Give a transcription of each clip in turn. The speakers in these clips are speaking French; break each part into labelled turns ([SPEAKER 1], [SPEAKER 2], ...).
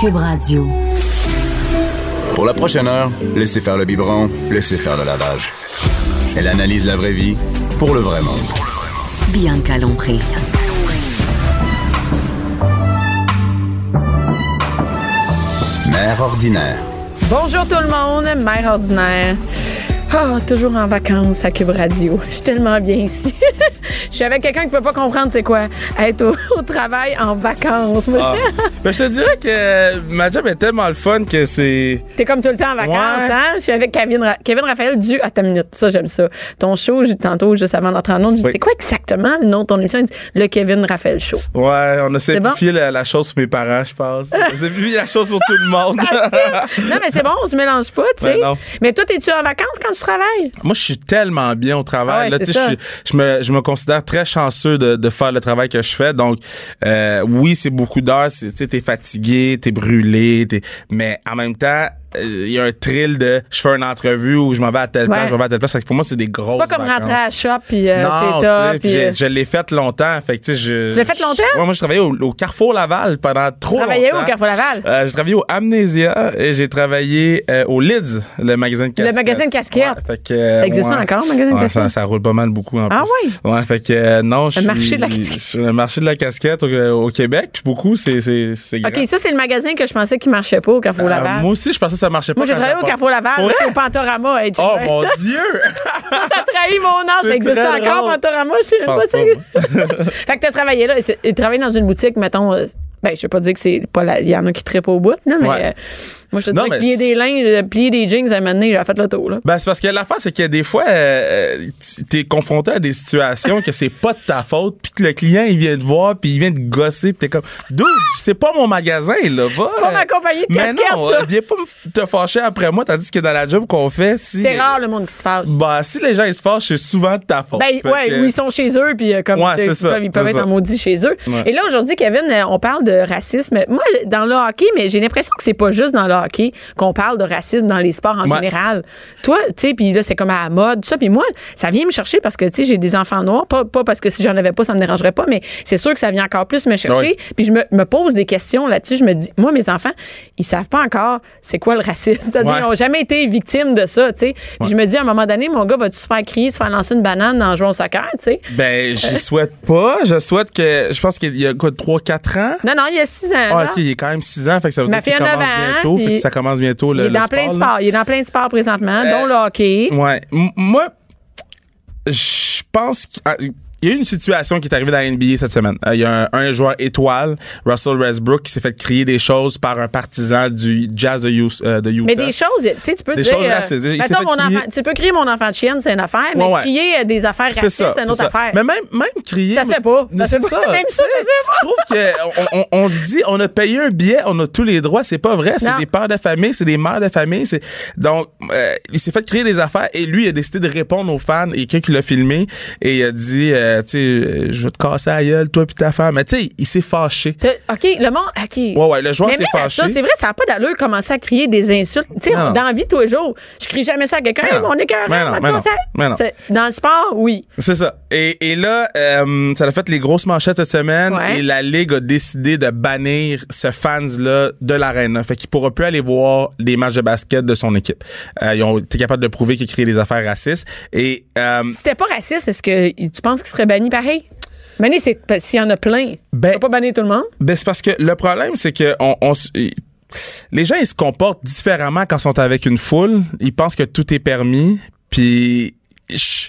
[SPEAKER 1] Cube Radio.
[SPEAKER 2] Pour la prochaine heure, laissez faire le biberon, laissez faire le lavage. Elle analyse la vraie vie pour le vrai monde.
[SPEAKER 1] Bianca Lompré.
[SPEAKER 2] Mère ordinaire.
[SPEAKER 3] Bonjour tout le monde, mère ordinaire. Ah, toujours en vacances à Cube Radio. Je suis tellement bien ici. Je suis avec quelqu'un qui peut pas comprendre c'est quoi être au, au travail en vacances.
[SPEAKER 4] Ah. Ben, je te dirais que ma job est tellement le fun que c'est.
[SPEAKER 3] T'es comme tout le temps en vacances,
[SPEAKER 4] Ouais.
[SPEAKER 3] hein? Je suis avec Kevin, Ra- Kevin Raphaël du à ta minute. Ça, j'aime ça. Ton show, j'ai- tantôt, juste avant d'entrer en ondes, je dis,
[SPEAKER 4] Oui.
[SPEAKER 3] c'est quoi exactement le nom de ton émission? Il dit, le Kevin Raphaël Show.
[SPEAKER 4] Ouais, on a
[SPEAKER 3] bon?
[SPEAKER 4] simplifié la, la chose pour mes parents, je pense. On a simplifié la chose pour tout le monde.
[SPEAKER 3] Ah, non, mais c'est bon, on se mélange pas, tu sais.
[SPEAKER 4] Ben non.
[SPEAKER 3] mais toi, es-tu en vacances quand tu travailles?
[SPEAKER 4] Moi, je suis tellement bien au travail.
[SPEAKER 3] Ah ouais,
[SPEAKER 4] là,
[SPEAKER 3] c'est
[SPEAKER 4] tu sais, je,
[SPEAKER 3] ça.
[SPEAKER 4] suis- je me, je me considère très chanceux de, de faire le travail que je fais. Donc, euh, oui, c'est beaucoup d'heures. c'est- Tu sais, t'es fatigué, t'es brûlé, t'es- mais en même temps, euh, il y a un thrill de je fais une entrevue ou je m'en vais à telle
[SPEAKER 3] Ouais.
[SPEAKER 4] place, je m'en vais à telle place. Fait que pour moi, c'est des grosses
[SPEAKER 3] C'est pas comme
[SPEAKER 4] vacances.
[SPEAKER 3] rentrer à la shop puis euh,
[SPEAKER 4] Non,
[SPEAKER 3] c'est
[SPEAKER 4] tu
[SPEAKER 3] top.
[SPEAKER 4] sais,
[SPEAKER 3] puis,
[SPEAKER 4] puis j'ai-
[SPEAKER 3] euh,
[SPEAKER 4] je l'ai fait longtemps. Fait que, tu sais, je,
[SPEAKER 3] Tu l'as fait longtemps?
[SPEAKER 4] je- ouais, moi, je travaillais au, au Carrefour Laval pendant trop longtemps.
[SPEAKER 3] travaillais où au Carrefour Laval?
[SPEAKER 4] Euh, j'ai travaillé au Amnesia et j'ai travaillé euh, au Lids, le magasin de casquettes.
[SPEAKER 3] magasin de casquettes.
[SPEAKER 4] Ouais, fait que, euh,
[SPEAKER 3] Ça existe
[SPEAKER 4] ouais.
[SPEAKER 3] encore, le magasin de
[SPEAKER 4] Ouais, ça,
[SPEAKER 3] casquettes?
[SPEAKER 4] ça roule pas mal beaucoup en
[SPEAKER 3] Ah
[SPEAKER 4] plus. ouais? Ouais, fait que euh, non,
[SPEAKER 3] Le
[SPEAKER 4] je suis-
[SPEAKER 3] marché de la casquette.
[SPEAKER 4] sur Le marché de la casquette au, au Québec, puis beaucoup, c'est c'est c'est grand.
[SPEAKER 3] OK, ça, c'est le magasin que je pensais qu'il marchait pas au Carrefour
[SPEAKER 4] Euh,
[SPEAKER 3] Laval.
[SPEAKER 4] moi aussi, je pensais que ça marchait pas.
[SPEAKER 3] Moi, j'ai
[SPEAKER 4] quand
[SPEAKER 3] travaillé au
[SPEAKER 4] j'étais
[SPEAKER 3] Carrefour Laval,
[SPEAKER 4] Pour vrai?
[SPEAKER 3] j'étais au Pantorama. hey,
[SPEAKER 4] Oh
[SPEAKER 3] Jim.
[SPEAKER 4] mon Dieu!
[SPEAKER 3] ça, ça trahit mon âge. Ça
[SPEAKER 4] C'est
[SPEAKER 3] existe
[SPEAKER 4] très
[SPEAKER 3] encore,
[SPEAKER 4] drôle.
[SPEAKER 3] Pantorama. Je sais même
[SPEAKER 4] pense
[SPEAKER 3] pas. tu sais. fait que t'as travaillé là. et c'est- Et travaillé dans une boutique, mettons. euh, ben, je veux pas dire que c'est pas la. Il y en a qui trippent au bout, non, mais.
[SPEAKER 4] Ouais.
[SPEAKER 3] euh, moi, je te
[SPEAKER 4] Non,
[SPEAKER 3] dirais que plier
[SPEAKER 4] mais
[SPEAKER 3] des linges, euh, plier des jeans, à un moment donné, j'ai fait le tour, là.
[SPEAKER 4] Ben, c'est parce que l'affaire, c'est que des fois, euh, tu- t'es confronté à des situations que c'est pas de ta faute, puis que le client, il vient te voir, puis il vient te gosser, puis t'es comme, dude, c'est pas mon magasin, là, va.
[SPEAKER 3] C'est pas ma compagnie de
[SPEAKER 4] Mais
[SPEAKER 3] casquettes,
[SPEAKER 4] non,
[SPEAKER 3] ça.
[SPEAKER 4] euh, viens pas me- te fâcher après moi, tandis que dans la job qu'on fait, si.
[SPEAKER 3] C'est rare le monde qui se fâche.
[SPEAKER 4] Ben, si les gens, ils se fâchent, c'est souvent de ta faute.
[SPEAKER 3] Ben,
[SPEAKER 4] Fait
[SPEAKER 3] ouais,
[SPEAKER 4] que-
[SPEAKER 3] où ils sont chez eux, puis euh, comme
[SPEAKER 4] Ouais,
[SPEAKER 3] tu sais,
[SPEAKER 4] c'est
[SPEAKER 3] ils
[SPEAKER 4] ça,
[SPEAKER 3] peuvent, ils peuvent
[SPEAKER 4] c'est
[SPEAKER 3] être
[SPEAKER 4] ça.
[SPEAKER 3] en maudit chez eux.
[SPEAKER 4] Ouais.
[SPEAKER 3] Et là, aujourd'hui, Kevin, euh, on parle de racisme. Moi, dans le hockey, mais j'ai l'impression que c'est pas juste dans le hockey qu'on parle de racisme dans les sports en
[SPEAKER 4] Ouais.
[SPEAKER 3] général. Toi, tu sais, puis là, c'est comme à la mode, tout ça. Puis moi, ça vient me chercher parce que, tu sais, j'ai des enfants noirs. Pas, pas parce que si j'en avais pas, ça me dérangerait pas, mais c'est sûr que ça vient encore
[SPEAKER 4] Ben
[SPEAKER 3] plus me chercher.
[SPEAKER 4] Ouais.
[SPEAKER 3] Puis je me, me pose des questions là-dessus. Je me dis, moi, mes enfants, ils savent pas encore c'est quoi le racisme. C'est-à-dire,
[SPEAKER 4] Ouais.
[SPEAKER 3] ils ont jamais été victimes de ça, tu sais. Puis je me dis, à un moment donné, mon gars, va-tu se faire crier, se faire lancer une banane en jouant au soccer, tu sais?
[SPEAKER 4] Ben, j'y souhaite pas. Je souhaite que. Je pense qu'il y a quoi, 3-4 ans?
[SPEAKER 3] Non, non, il y a six ans.
[SPEAKER 4] Ah,
[SPEAKER 3] là.
[SPEAKER 4] ok, il est quand même 6 ans, fait que ça veut
[SPEAKER 3] Ma
[SPEAKER 4] dire qu'il
[SPEAKER 3] fille en
[SPEAKER 4] commence
[SPEAKER 3] avant,
[SPEAKER 4] bientôt. Fait
[SPEAKER 3] puis
[SPEAKER 4] que ça commence bientôt, le
[SPEAKER 3] Il est
[SPEAKER 4] le
[SPEAKER 3] dans plein de
[SPEAKER 4] sport, là. Euh,
[SPEAKER 3] sports. Il est dans plein de sports présentement, dont le hockey.
[SPEAKER 4] Ouais. M- moi, je pense qu'il ah, y a eu une situation qui est arrivée dans la NBA cette semaine. Euh, Il y a un, un joueur étoile, Russell Westbrook, qui s'est fait crier des choses par un partisan du Jazz de, Yous- euh, de Utah.
[SPEAKER 3] Mais des choses, tu sais, tu peux
[SPEAKER 4] Des
[SPEAKER 3] dire. euh,
[SPEAKER 4] choses racistes. Il s'est
[SPEAKER 3] mettons,
[SPEAKER 4] fait
[SPEAKER 3] mon
[SPEAKER 4] crier-
[SPEAKER 3] enfant, tu peux crier mon enfant de chienne, c'est une affaire, mais
[SPEAKER 4] Ouais, ouais.
[SPEAKER 3] crier euh, des affaires
[SPEAKER 4] C'est
[SPEAKER 3] racistes,
[SPEAKER 4] ça.
[SPEAKER 3] c'est une
[SPEAKER 4] c'est
[SPEAKER 3] autre
[SPEAKER 4] ça.
[SPEAKER 3] affaire.
[SPEAKER 4] Mais même, même crier.
[SPEAKER 3] Ça se fait pas. Ça se
[SPEAKER 4] C'est
[SPEAKER 3] fait
[SPEAKER 4] ça.
[SPEAKER 3] pas. Même ça, ça se fait pas.
[SPEAKER 4] Je trouve qu'on on, on se dit, on a payé un billet, on a tous les droits. C'est pas vrai. C'est
[SPEAKER 3] Non.
[SPEAKER 4] des pères de famille, c'est des mères de famille. c'est- Donc, euh, il s'est fait créer des affaires et lui, il a décidé de répondre aux fans. Et quelqu'un l'a filmé et il a dit, euh, tu sais, euh, je vais te casser la gueule, toi puis ta femme. Mais tu sais, il s'est fâché.
[SPEAKER 3] T'as- OK, le monde. OK.
[SPEAKER 4] Ouais, ouais, le joueur
[SPEAKER 3] mais
[SPEAKER 4] s'est
[SPEAKER 3] même à
[SPEAKER 4] fâché.
[SPEAKER 3] ça, c'est vrai, ça n'a pas d'allure de commencer à crier des insultes. Tu sais,
[SPEAKER 4] Non.
[SPEAKER 3] dans la vie, tous les jours, je crie jamais ça à quelqu'un.
[SPEAKER 4] Mais
[SPEAKER 3] Hey,
[SPEAKER 4] non.
[SPEAKER 3] Mon écœur,
[SPEAKER 4] Mais non,
[SPEAKER 3] on va te
[SPEAKER 4] mais non,
[SPEAKER 3] casser.
[SPEAKER 4] mais non.
[SPEAKER 3] C'est- Dans le sport, oui.
[SPEAKER 4] C'est ça. Et, et là, euh, ça a fait les grosses manchettes cette semaine
[SPEAKER 3] Ouais.
[SPEAKER 4] et la Ligue a décidé de bannir ce fans-là de l'aréna. Fait qu'il pourra plus aller voir les matchs de basket de son équipe. Euh, ils ont été capables de prouver qu'ils créent des affaires racistes. Et euh,
[SPEAKER 3] Si c'était pas raciste, est-ce que tu penses qu'il serait banni pareil? Banni, c'est parce- s'il y en a plein.
[SPEAKER 4] Ben-
[SPEAKER 3] on peut pas bannir tout le monde.
[SPEAKER 4] ben, c'est parce que le problème, c'est que on, on s- y- les gens, ils se comportent différemment quand ils sont avec une foule. Ils pensent que tout est permis. Puis, je,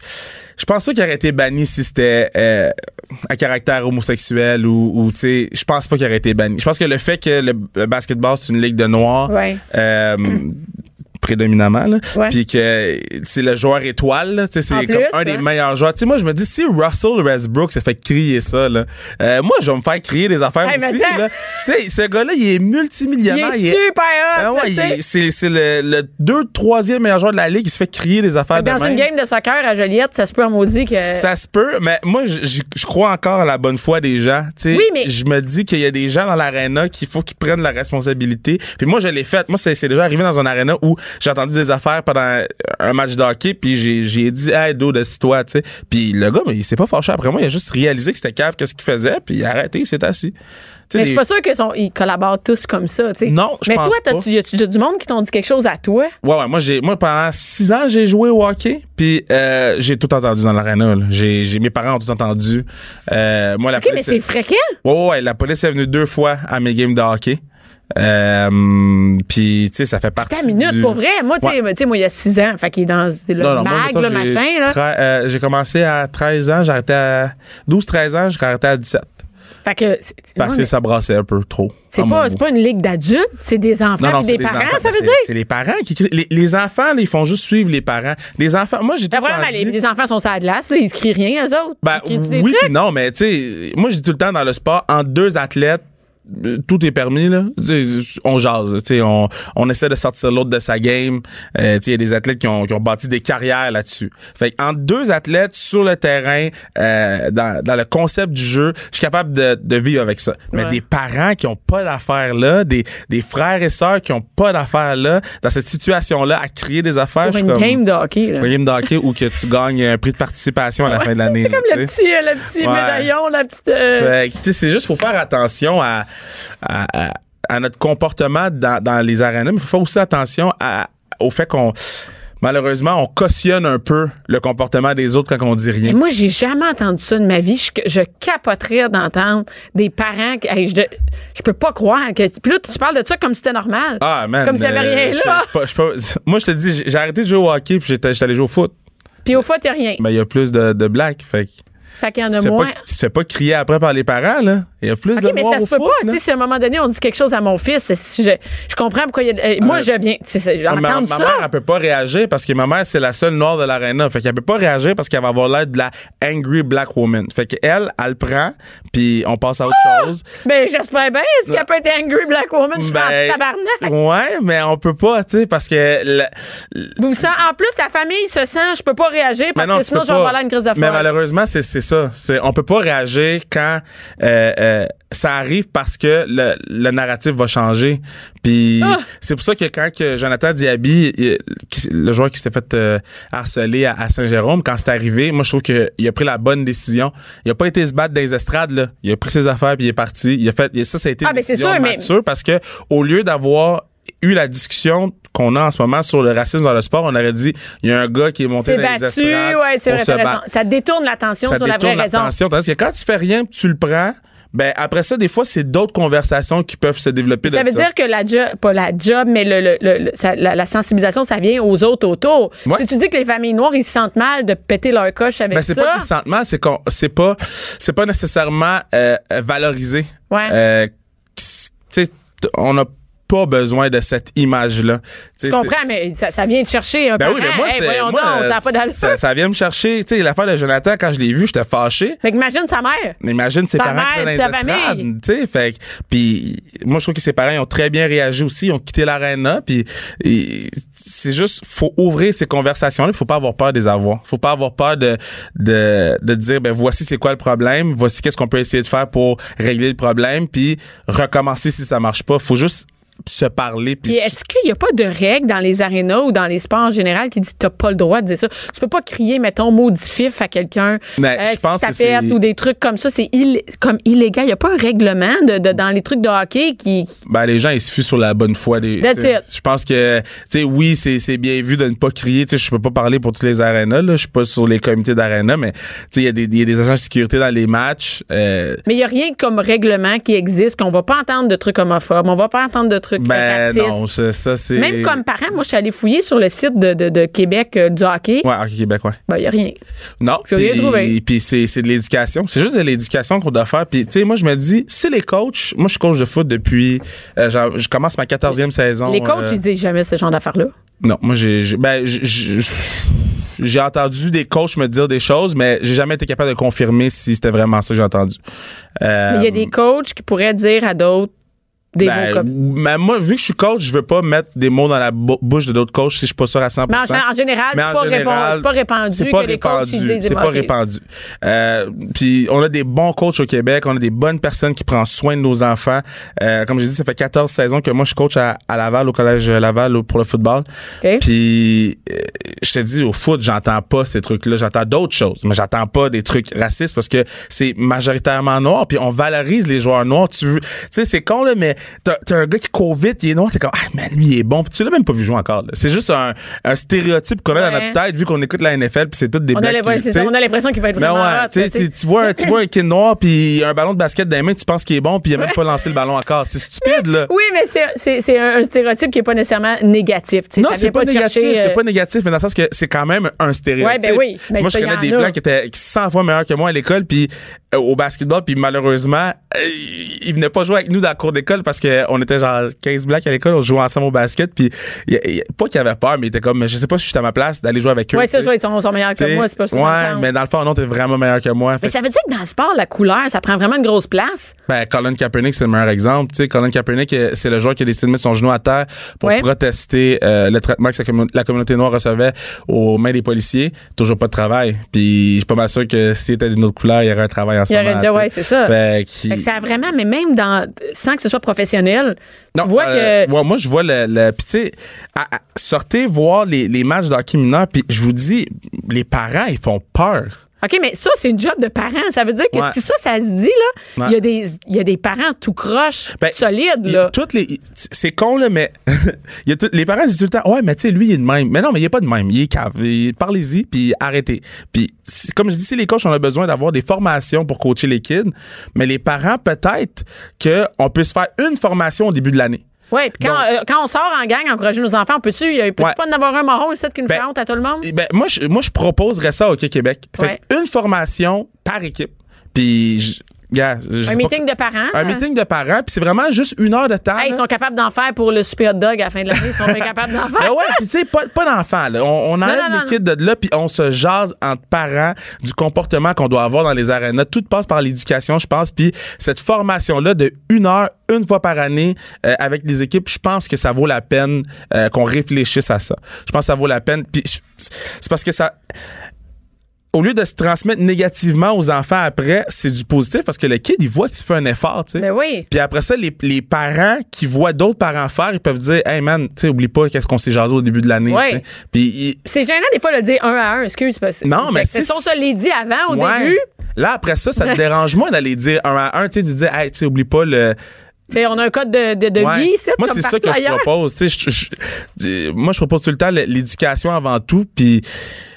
[SPEAKER 4] je pense pas qu'il aurait été banni si c'était euh, à caractère homosexuel ou, ou tu sais, je pense pas qu'il aurait été banni. Je pense que le fait que le, le basketball, c'est une ligue de noirs,
[SPEAKER 3] Ouais.
[SPEAKER 4] euh, prédominamment. là.
[SPEAKER 3] Ouais.
[SPEAKER 4] Puis que c'est le joueur étoile. là. Tu sais,
[SPEAKER 3] En
[SPEAKER 4] C'est
[SPEAKER 3] plus, hein.
[SPEAKER 4] comme un des
[SPEAKER 3] ouais.
[SPEAKER 4] meilleurs joueurs. Tu sais, moi, je me dis, si Russell Westbrook s'est fait crier ça, là, euh, moi, je vais me faire crier des affaires
[SPEAKER 3] Hey, mais
[SPEAKER 4] aussi.
[SPEAKER 3] ça-
[SPEAKER 4] là. Tu sais, ce gars-là, il est
[SPEAKER 3] Il
[SPEAKER 4] multimillionnaire.
[SPEAKER 3] est
[SPEAKER 4] il est-
[SPEAKER 3] super hot!
[SPEAKER 4] Ah
[SPEAKER 3] là,
[SPEAKER 4] ouais,
[SPEAKER 3] tu
[SPEAKER 4] il
[SPEAKER 3] sais.
[SPEAKER 4] est- c'est c'est le, le deux, troisième meilleur joueur de la ligue. Il se fait crier des affaires
[SPEAKER 3] Dans
[SPEAKER 4] de
[SPEAKER 3] une
[SPEAKER 4] même.
[SPEAKER 3] game de soccer à Joliette, ça se peut en maudit que.
[SPEAKER 4] Ça se peut, mais moi, je- je je crois encore à la bonne foi des gens. tu sais.
[SPEAKER 3] Oui, mais-
[SPEAKER 4] Je me dis qu'il y a des gens dans l'aréna qu'il faut qu'ils prennent la responsabilité. Puis moi, je l'ai fait. Moi, c'est c'est déjà arrivé dans un aréna où j'ai entendu des affaires pendant un match de hockey, puis j'ai- j'ai dit « Hey, dos de toi », tu sais. Puis le gars, mais il s'est pas fâché après moi. Il a juste réalisé que c'était cave, qu'est-ce qu'il faisait, puis il a arrêté, il s'est assis. Tu sais,
[SPEAKER 3] mais je
[SPEAKER 4] des-
[SPEAKER 3] suis pas sûr qu'ils sont- ils collaborent tous comme ça, tu sais.
[SPEAKER 4] Non, je
[SPEAKER 3] Mais
[SPEAKER 4] pense
[SPEAKER 3] toi,
[SPEAKER 4] pas.
[SPEAKER 3] t'as-tu- y a-tu y a du monde qui t'ont dit quelque chose à toi?
[SPEAKER 4] Ouais, ouais, moi, j'ai, moi, pendant six ans, j'ai joué au hockey, puis euh, j'ai tout entendu dans l'aréna. là. J'ai, j'ai, mes parents ont tout entendu. Euh, moi, la
[SPEAKER 3] OK, mais
[SPEAKER 4] police-
[SPEAKER 3] c'est fréquent.
[SPEAKER 4] Ouais, ouais, ouais, la police est venue deux fois à mes games de hockey. Euh, puis, tu sais, ça fait partie.
[SPEAKER 3] Ta minute,
[SPEAKER 4] du-
[SPEAKER 3] pour vrai. Moi, tu sais,
[SPEAKER 4] Ouais.
[SPEAKER 3] moi, tu sais, moi, il y a six ans. Fait qu'il est dans c'est le
[SPEAKER 4] Non, non, moi,
[SPEAKER 3] mag,
[SPEAKER 4] mettons,
[SPEAKER 3] le
[SPEAKER 4] j'ai
[SPEAKER 3] machin, là.
[SPEAKER 4] tra- euh, j'ai commencé à 13 ans, j'ai arrêté à 12-13 ans, j'ai arrêté à 17.
[SPEAKER 3] Fait que. c'est-
[SPEAKER 4] Parce
[SPEAKER 3] ouais,
[SPEAKER 4] que
[SPEAKER 3] mais
[SPEAKER 4] ça brassait un peu trop. à
[SPEAKER 3] C'est
[SPEAKER 4] mon
[SPEAKER 3] pas,
[SPEAKER 4] goût.
[SPEAKER 3] c'est pas une ligue d'adultes, c'est des enfants et des,
[SPEAKER 4] c'est
[SPEAKER 3] parents,
[SPEAKER 4] enfants.
[SPEAKER 3] ça veut
[SPEAKER 4] C'est-
[SPEAKER 3] dire?
[SPEAKER 4] C'est les parents qui crient. Les, les enfants, là, ils font juste suivre les parents. Les enfants, moi, j'ai tout
[SPEAKER 3] La première,
[SPEAKER 4] entendu-
[SPEAKER 3] les, les enfants sont sur la glace, là, ils se crient rien, eux autres.
[SPEAKER 4] Ben,
[SPEAKER 3] Ils se crient-tu des
[SPEAKER 4] oui,
[SPEAKER 3] trucs?
[SPEAKER 4] puis non, mais tu sais, moi, je dis tout le temps dans le sport, en deux athlètes, euh, tout est permis, là. Tu sais, on jase, là. tu sais, on, on essaie de sortir l'autre de sa game. Euh, tu sais, il y a des athlètes qui ont, qui ont bâti des carrières là-dessus. Fait en deux athlètes sur le terrain, euh, dans, dans le concept du jeu, je suis capable de, de vivre avec ça. Mais
[SPEAKER 3] Ouais.
[SPEAKER 4] des parents qui ont pas d'affaires là, des, des frères et sœurs qui ont pas d'affaires là, dans cette situation-là, à créer des affaires,
[SPEAKER 3] Pour
[SPEAKER 4] je suis
[SPEAKER 3] une
[SPEAKER 4] comme...
[SPEAKER 3] game de hockey, là.
[SPEAKER 4] Un game de hockey où que tu gagnes un prix de participation à la fin de l'année.
[SPEAKER 3] C'est
[SPEAKER 4] là,
[SPEAKER 3] comme le
[SPEAKER 4] tu sais.
[SPEAKER 3] petit, euh, le petit
[SPEAKER 4] Ouais.
[SPEAKER 3] médaillon, la petite. euh,
[SPEAKER 4] Fait que, tu sais, c'est juste, faut faire attention à, à, à- à notre comportement dans, dans les arénas, mais il faut faire aussi attention à- au fait qu'on, malheureusement, on cautionne un peu le comportement des autres quand on dit
[SPEAKER 3] Et
[SPEAKER 4] rien.
[SPEAKER 3] moi, j'ai jamais entendu ça de ma vie. Je, je capoterais d'entendre des parents. qui- hey, je, je peux pas croire que. Puis là, tu parles de ça comme si c'était normal.
[SPEAKER 4] Ah, man.
[SPEAKER 3] Comme s'il n'y
[SPEAKER 4] euh,
[SPEAKER 3] avait rien
[SPEAKER 4] je-
[SPEAKER 3] là.
[SPEAKER 4] je pas- je pas- moi, je te dis, j'ai- j'ai arrêté de jouer au hockey puis j'étais j'étais allé jouer au foot.
[SPEAKER 3] Puis au fait, il a rien.
[SPEAKER 4] Mais il y a plus de, de blagues. Fait que
[SPEAKER 3] fait qu'il y
[SPEAKER 4] tu
[SPEAKER 3] en
[SPEAKER 4] te
[SPEAKER 3] a
[SPEAKER 4] fais Ben, pas-
[SPEAKER 3] moins.
[SPEAKER 4] tu te fais pas crier après par les parents, là. Il y a plus
[SPEAKER 3] OK,
[SPEAKER 4] de
[SPEAKER 3] mais
[SPEAKER 4] noirs
[SPEAKER 3] ça se
[SPEAKER 4] au
[SPEAKER 3] peut
[SPEAKER 4] foot,
[SPEAKER 3] pas.
[SPEAKER 4] là.
[SPEAKER 3] Tu sais, si à un moment donné, on dit quelque chose à mon fils, si je, je comprends pourquoi il y a. euh, moi,
[SPEAKER 4] Euh,
[SPEAKER 3] je viens. tu sais, c'est-
[SPEAKER 4] Ma, ma
[SPEAKER 3] Entendre ça.
[SPEAKER 4] mère, elle peut pas réagir parce que ma mère, c'est la seule noire de l'aréna. Fait qu'elle peut pas réagir parce qu'elle va avoir l'air de la angry black woman. Fait qu'elle, elle prend, puis on passe à autre chose.
[SPEAKER 3] Mais j'espère bien. Est-ce qu'elle peut être angry black woman? Je suis
[SPEAKER 4] Ben,
[SPEAKER 3] en tabarnak.
[SPEAKER 4] ouais, mais on peut pas, tu sais, parce que... la-
[SPEAKER 3] Vous sent, en plus, la famille se sent, je peux pas réagir
[SPEAKER 4] Mais
[SPEAKER 3] parce
[SPEAKER 4] non,
[SPEAKER 3] que
[SPEAKER 4] tu
[SPEAKER 3] sinon,
[SPEAKER 4] peux
[SPEAKER 3] je vais
[SPEAKER 4] pas.
[SPEAKER 3] avoir une crise de folie.
[SPEAKER 4] Mais malheureusement, c'est c'est ça. C'est- On peut pas réagir quand euh, euh, ça arrive parce que le, le narratif va changer. Puis
[SPEAKER 3] Ah!
[SPEAKER 4] c'est pour ça que quand que Jonathan Diaby, il- qui- le joueur qui s'était fait euh, harceler à, à Saint-Jérôme, quand c'est arrivé, moi je trouve qu'il a pris la bonne décision. Il a pas été se battre dans les estrades. Là. Il a pris ses affaires puis il est parti. Il a fait, et ça, ça a été
[SPEAKER 3] Ah,
[SPEAKER 4] une
[SPEAKER 3] ben, c'est
[SPEAKER 4] décision
[SPEAKER 3] sûr, mais-
[SPEAKER 4] mature parce que au lieu d'avoir eu la discussion qu'on a en ce moment sur le racisme dans le sport, on aurait dit il y a un gars qui est monté
[SPEAKER 3] C'est
[SPEAKER 4] dans les
[SPEAKER 3] battu,
[SPEAKER 4] estrades,
[SPEAKER 3] ouais, c'est
[SPEAKER 4] on
[SPEAKER 3] vrai.
[SPEAKER 4] se
[SPEAKER 3] t'as raison.
[SPEAKER 4] bat.
[SPEAKER 3] Ça détourne l'attention
[SPEAKER 4] Ça
[SPEAKER 3] sur la vraie
[SPEAKER 4] détourne
[SPEAKER 3] raison.
[SPEAKER 4] l'attention. Tandis que quand tu fais rien, puis tu le prends, ben après ça, des fois, c'est d'autres conversations qui peuvent se développer.
[SPEAKER 3] Ça
[SPEAKER 4] de
[SPEAKER 3] veut dire que la job, pas la job, mais le, le- le- le- ça- la, la sensibilisation, ça vient aux autres autour.
[SPEAKER 4] Ouais.
[SPEAKER 3] Si tu dis que les familles noires, ils se sentent mal de péter leur coche avec
[SPEAKER 4] Ben,
[SPEAKER 3] ça.
[SPEAKER 4] c'est pas du sentement, c'est qu'on, c'est pas, c'est pas nécessairement euh, euh, valorisé.
[SPEAKER 3] Ouais.
[SPEAKER 4] Euh, c- tu sais, t- on n'a pas besoin de cette image-là. Tu sais,
[SPEAKER 3] Je comprends,
[SPEAKER 4] c'est-
[SPEAKER 3] mais ça, ça vient de chercher un
[SPEAKER 4] Ben oui,
[SPEAKER 3] parent.
[SPEAKER 4] mais moi,
[SPEAKER 3] Hey,
[SPEAKER 4] c'est-
[SPEAKER 3] voyons
[SPEAKER 4] moi,
[SPEAKER 3] donc, ça a pas d'allure.
[SPEAKER 4] ça, ça vient me chercher. Tu sais, l'affaire de Jonathan, quand je l'ai vu, j'étais fâché.
[SPEAKER 3] Fait qu'imagine sa mère.
[SPEAKER 4] Mais Imagine ses
[SPEAKER 3] Sa
[SPEAKER 4] parents qui
[SPEAKER 3] mère,
[SPEAKER 4] étaient dans les
[SPEAKER 3] sa
[SPEAKER 4] estrades,
[SPEAKER 3] famille.
[SPEAKER 4] tu sais, fait que- puis moi je trouve que ses parents ils ont très bien réagi aussi, ils ont quitté l'aréna puis et c'est juste faut ouvrir ces conversations là, faut pas avoir peur des avoir. Faut pas avoir peur de de, de dire ben voici c'est quoi le problème, voici qu'est-ce qu'on peut essayer de faire pour régler le problème puis recommencer si ça marche pas, faut juste se parler puis
[SPEAKER 3] Puis est-ce qu'il n'y a pas de règle dans les arénas ou dans les sports en général qui dit que t'as pas le droit de dire ça? Tu peux pas crier, mettons, maudit fif à quelqu'un, euh,
[SPEAKER 4] Mais je
[SPEAKER 3] si
[SPEAKER 4] pense que
[SPEAKER 3] tapette
[SPEAKER 4] c'est-
[SPEAKER 3] ou des trucs comme ça. C'est ill- comme illégal. Il n'y a pas un règlement de, de- dans les trucs de hockey qui... qui-
[SPEAKER 4] ben les gens ils se fuient sur la bonne foi des
[SPEAKER 3] That's
[SPEAKER 4] tu sais,
[SPEAKER 3] it.
[SPEAKER 4] je pense que tu sais oui c'est c'est bien vu de ne pas crier tu sais je peux pas parler pour tous les arénas là je suis pas sur les comités d'aréna mais tu sais il y a des il y a des agents de sécurité dans les matchs euh,
[SPEAKER 3] Mais il n'y a rien comme règlement qui existe, qu'on va pas entendre de trucs homophobes, on va pas entendre de truc
[SPEAKER 4] Ben
[SPEAKER 3] raciste.
[SPEAKER 4] non, ça, ça, c'est.
[SPEAKER 3] Même comme parent, moi, je suis allée fouiller sur le site de, de- de Québec euh, du hockey.
[SPEAKER 4] Ouais, Hockey Québec, ouais.
[SPEAKER 3] Ben, il n'y a rien.
[SPEAKER 4] Non.
[SPEAKER 3] J'ai rien
[SPEAKER 4] puis-
[SPEAKER 3] trouvé.
[SPEAKER 4] Puis c'est c'est de l'éducation. C'est juste de l'éducation qu'on doit faire. Puis, tu sais, moi, je me dis, si les coachs, moi, je suis coach de foot depuis, euh, genre, je commence ma 14e saison.
[SPEAKER 3] Les coachs,
[SPEAKER 4] euh,
[SPEAKER 3] ils disent jamais ce genre d'affaires-là.
[SPEAKER 4] Non, moi, j'ai. j'ai- Ben, j'ai- j'ai j'ai entendu des coachs me dire des choses, mais j'ai jamais été capable de confirmer si c'était vraiment ça que j'ai entendu. Euh,
[SPEAKER 3] Mais il y a des coachs qui pourraient dire à d'autres des
[SPEAKER 4] ben,
[SPEAKER 3] mots comme.
[SPEAKER 4] ben, moi, vu que je suis coach, je veux pas mettre des mots dans la bou- bouche de d'autres coachs si je suis pas sûr à 100
[SPEAKER 3] Mais en, en général, c'est
[SPEAKER 4] Mais en
[SPEAKER 3] pas, répon-
[SPEAKER 4] général,
[SPEAKER 3] c'est pas répandu
[SPEAKER 4] c'est pas
[SPEAKER 3] que les coachs ils
[SPEAKER 4] répandu,
[SPEAKER 3] disent
[SPEAKER 4] C'est
[SPEAKER 3] des
[SPEAKER 4] pas
[SPEAKER 3] mots. Ok.
[SPEAKER 4] répandu. Euh, Puis on a des bons coachs au Québec, on a des bonnes personnes qui prennent soin de nos enfants. Euh, comme j'ai dit, ça fait 14 saisons que moi je suis coach à, à Laval, au collège Laval pour le football.
[SPEAKER 3] Ok.
[SPEAKER 4] Puis euh, je te dis, au foot, j'entends pas ces trucs-là, j'entends d'autres choses, mais j'entends pas des trucs racistes parce que c'est majoritairement noir. Puis on valorise les joueurs noirs. Tu veux- tu sais, c'est con là, mais t'as t'as un gars qui court vite, il est noir, t'es comme ah man, lui il est bon. Puis tu l'as même pas vu jouer encore. là. C'est juste un, un stéréotype qu'on a dans
[SPEAKER 3] Ouais.
[SPEAKER 4] notre tête vu qu'on écoute la NFL, puis c'est tout des
[SPEAKER 3] On a
[SPEAKER 4] blacks
[SPEAKER 3] le-
[SPEAKER 4] qui-
[SPEAKER 3] ouais, c'est
[SPEAKER 4] Ben, tu
[SPEAKER 3] ça,
[SPEAKER 4] sais.
[SPEAKER 3] on a l'impression qu'il va être
[SPEAKER 4] Ben
[SPEAKER 3] vraiment
[SPEAKER 4] ouais,
[SPEAKER 3] hot,
[SPEAKER 4] tu sais,
[SPEAKER 3] là, tu sais.
[SPEAKER 4] tu, tu vois, un- tu vois un kid noir puis un ballon de basket dans les mains, tu penses qu'il est bon puis il a même pas lancé le ballon encore. C'est stupide là.
[SPEAKER 3] Oui, mais c'est- c'est c'est un, un stéréotype qui est pas nécessairement négatif. tu sais,
[SPEAKER 4] Non,
[SPEAKER 3] ça
[SPEAKER 4] c'est
[SPEAKER 3] vient
[SPEAKER 4] pas,
[SPEAKER 3] de
[SPEAKER 4] négatif,
[SPEAKER 3] chercher,
[SPEAKER 4] c'est
[SPEAKER 3] euh,
[SPEAKER 4] pas négatif, mais dans le sens que c'est quand même un stéréotype.
[SPEAKER 3] Ouais, ben oui, ben
[SPEAKER 4] moi,
[SPEAKER 3] ça,
[SPEAKER 4] je
[SPEAKER 3] y
[SPEAKER 4] connais
[SPEAKER 3] en
[SPEAKER 4] des
[SPEAKER 3] a.
[SPEAKER 4] blancs qui étaient 100 fois meilleurs que moi à l'école, puis euh, au basketball, puis malheureusement, euh, ils venaient pas jouer avec nous dans la cour d'école parce qu'on était genre 15 blancs à l'école, on jouait ensemble au basket, puis y a- y a- pas qu'ils avaient peur, mais ils étaient comme, je sais pas si je suis à ma place d'aller jouer avec eux.
[SPEAKER 3] euh, Ouais,
[SPEAKER 4] tu sais.
[SPEAKER 3] ça, je vois, ils sont, sont meilleurs que
[SPEAKER 4] T'sais,
[SPEAKER 3] moi, c'est pas ça.
[SPEAKER 4] Ouais, mais dans le fond, non, t'es vraiment meilleur que moi. Fait
[SPEAKER 3] Mais ça veut dire que dans le sport, la couleur, ça prend vraiment une grosse place.
[SPEAKER 4] Ben, Colin Kaepernick, c'est le meilleur exemple. Tu sais, Colin Kaepernick, euh, c'est le joueur qui a décidé de mettre son genou à terre pour
[SPEAKER 3] Ouais.
[SPEAKER 4] protester euh, le traitement que sa commun- la communauté noire recevait aux mains des policiers. Toujours pas de travail. Puis je suis pas mal sûr que s'il était d'une autre couleur, il y aurait un travail en ce
[SPEAKER 3] Il y
[SPEAKER 4] moment.
[SPEAKER 3] aurait déjà-
[SPEAKER 4] tu sais.
[SPEAKER 3] ouais, c'est ça.
[SPEAKER 4] Fait qu'il-
[SPEAKER 3] Fait que ça a vraiment, mais même dans, sans que ce soit professionnel,
[SPEAKER 4] Non,
[SPEAKER 3] tu vois
[SPEAKER 4] euh,
[SPEAKER 3] que.
[SPEAKER 4] ouais, moi, je vois le. le puis, tu sais, à- à- sortez voir les, les matchs d'hockey mineur, puis je vous dis, les parents, ils font peur.
[SPEAKER 3] OK, mais ça, c'est une job de parent. Ça veut dire que
[SPEAKER 4] Ouais.
[SPEAKER 3] si ça, ça se dit, là, il y,
[SPEAKER 4] Ouais.
[SPEAKER 3] a des- il y a des parents tout croche,
[SPEAKER 4] Ben,
[SPEAKER 3] solides,
[SPEAKER 4] il-
[SPEAKER 3] là.
[SPEAKER 4] toutes les, c'est con, là, mais il y a tout- les parents disent tout le temps, ouais, mais tu sais, lui, il est de même. Mais non, mais il est pas de même. Il est cave. Il- Parlez-y, puis arrêtez. Puis, si- comme je dis, si les coachs, on a besoin d'avoir des formations pour coacher les kids, mais les parents, peut-être qu'on puisse faire une formation au début de l'année.
[SPEAKER 3] Oui, puis quand,
[SPEAKER 4] Donc-
[SPEAKER 3] euh, quand on sort en gang, encourager nos enfants, peux-tu peut tu
[SPEAKER 4] Ouais.
[SPEAKER 3] pas en avoir un marron ici qui nous
[SPEAKER 4] Ben,
[SPEAKER 3] fait honte à tout le monde?
[SPEAKER 4] Eh Ben, moi, je, moi, je proposerais ça au Québec. Fait
[SPEAKER 3] Ouais.
[SPEAKER 4] une formation par équipe. Puis, je- gars, je sais
[SPEAKER 3] Un
[SPEAKER 4] pas-
[SPEAKER 3] meeting de parents? hein?
[SPEAKER 4] Un meeting de parents, puis c'est vraiment juste une heure de temps.
[SPEAKER 3] Hey,
[SPEAKER 4] là.
[SPEAKER 3] ils sont capables d'en faire pour le super hot dog à la fin de l'année. Ils sont pas capables d'en
[SPEAKER 4] Ben
[SPEAKER 3] faire.
[SPEAKER 4] ouais, puis tu sais, pas, pas d'enfants. là. On, on enlève
[SPEAKER 3] non, non,
[SPEAKER 4] les kids de là, puis on se jase entre parents du comportement qu'on doit avoir dans les arénas. Tout passe par l'éducation, je pense. Puis cette formation-là de une heure, une fois par année euh, avec les équipes, je pense que ça vaut la peine euh, qu'on réfléchisse à ça. Je pense que ça vaut la peine. Puis je- c'est parce que ça... Au lieu de se transmettre négativement aux enfants après, c'est du positif parce que le kid, il voit que tu fais un effort, tu sais.
[SPEAKER 3] Ben oui.
[SPEAKER 4] Puis après ça, les, les parents qui voient d'autres parents faire, ils peuvent dire Hey man, tu sais, oublie pas qu'est-ce qu'on s'est jasé au début de l'année.
[SPEAKER 3] Ouais.
[SPEAKER 4] tu sais. Puis il-
[SPEAKER 3] C'est gênant des fois de le dire un à un, excuse. Parce... ben,
[SPEAKER 4] Non, mais
[SPEAKER 3] C'est
[SPEAKER 4] si-
[SPEAKER 3] sont ça les dit avant au
[SPEAKER 4] ouais.
[SPEAKER 3] début.
[SPEAKER 4] Là, après ça, ça te dérange moins d'aller dire un à un, tu sais, de dire Hey, tu sais, oublie pas le.
[SPEAKER 3] Tu sais, on a un code de, de, de
[SPEAKER 4] Ouais.
[SPEAKER 3] vie ici.
[SPEAKER 4] moi,
[SPEAKER 3] comme
[SPEAKER 4] c'est ça
[SPEAKER 3] partout
[SPEAKER 4] que je
[SPEAKER 3] ailleurs.
[SPEAKER 4] propose. tu sais, je- je- je- moi, je propose tout le temps l- l'éducation avant tout. Puis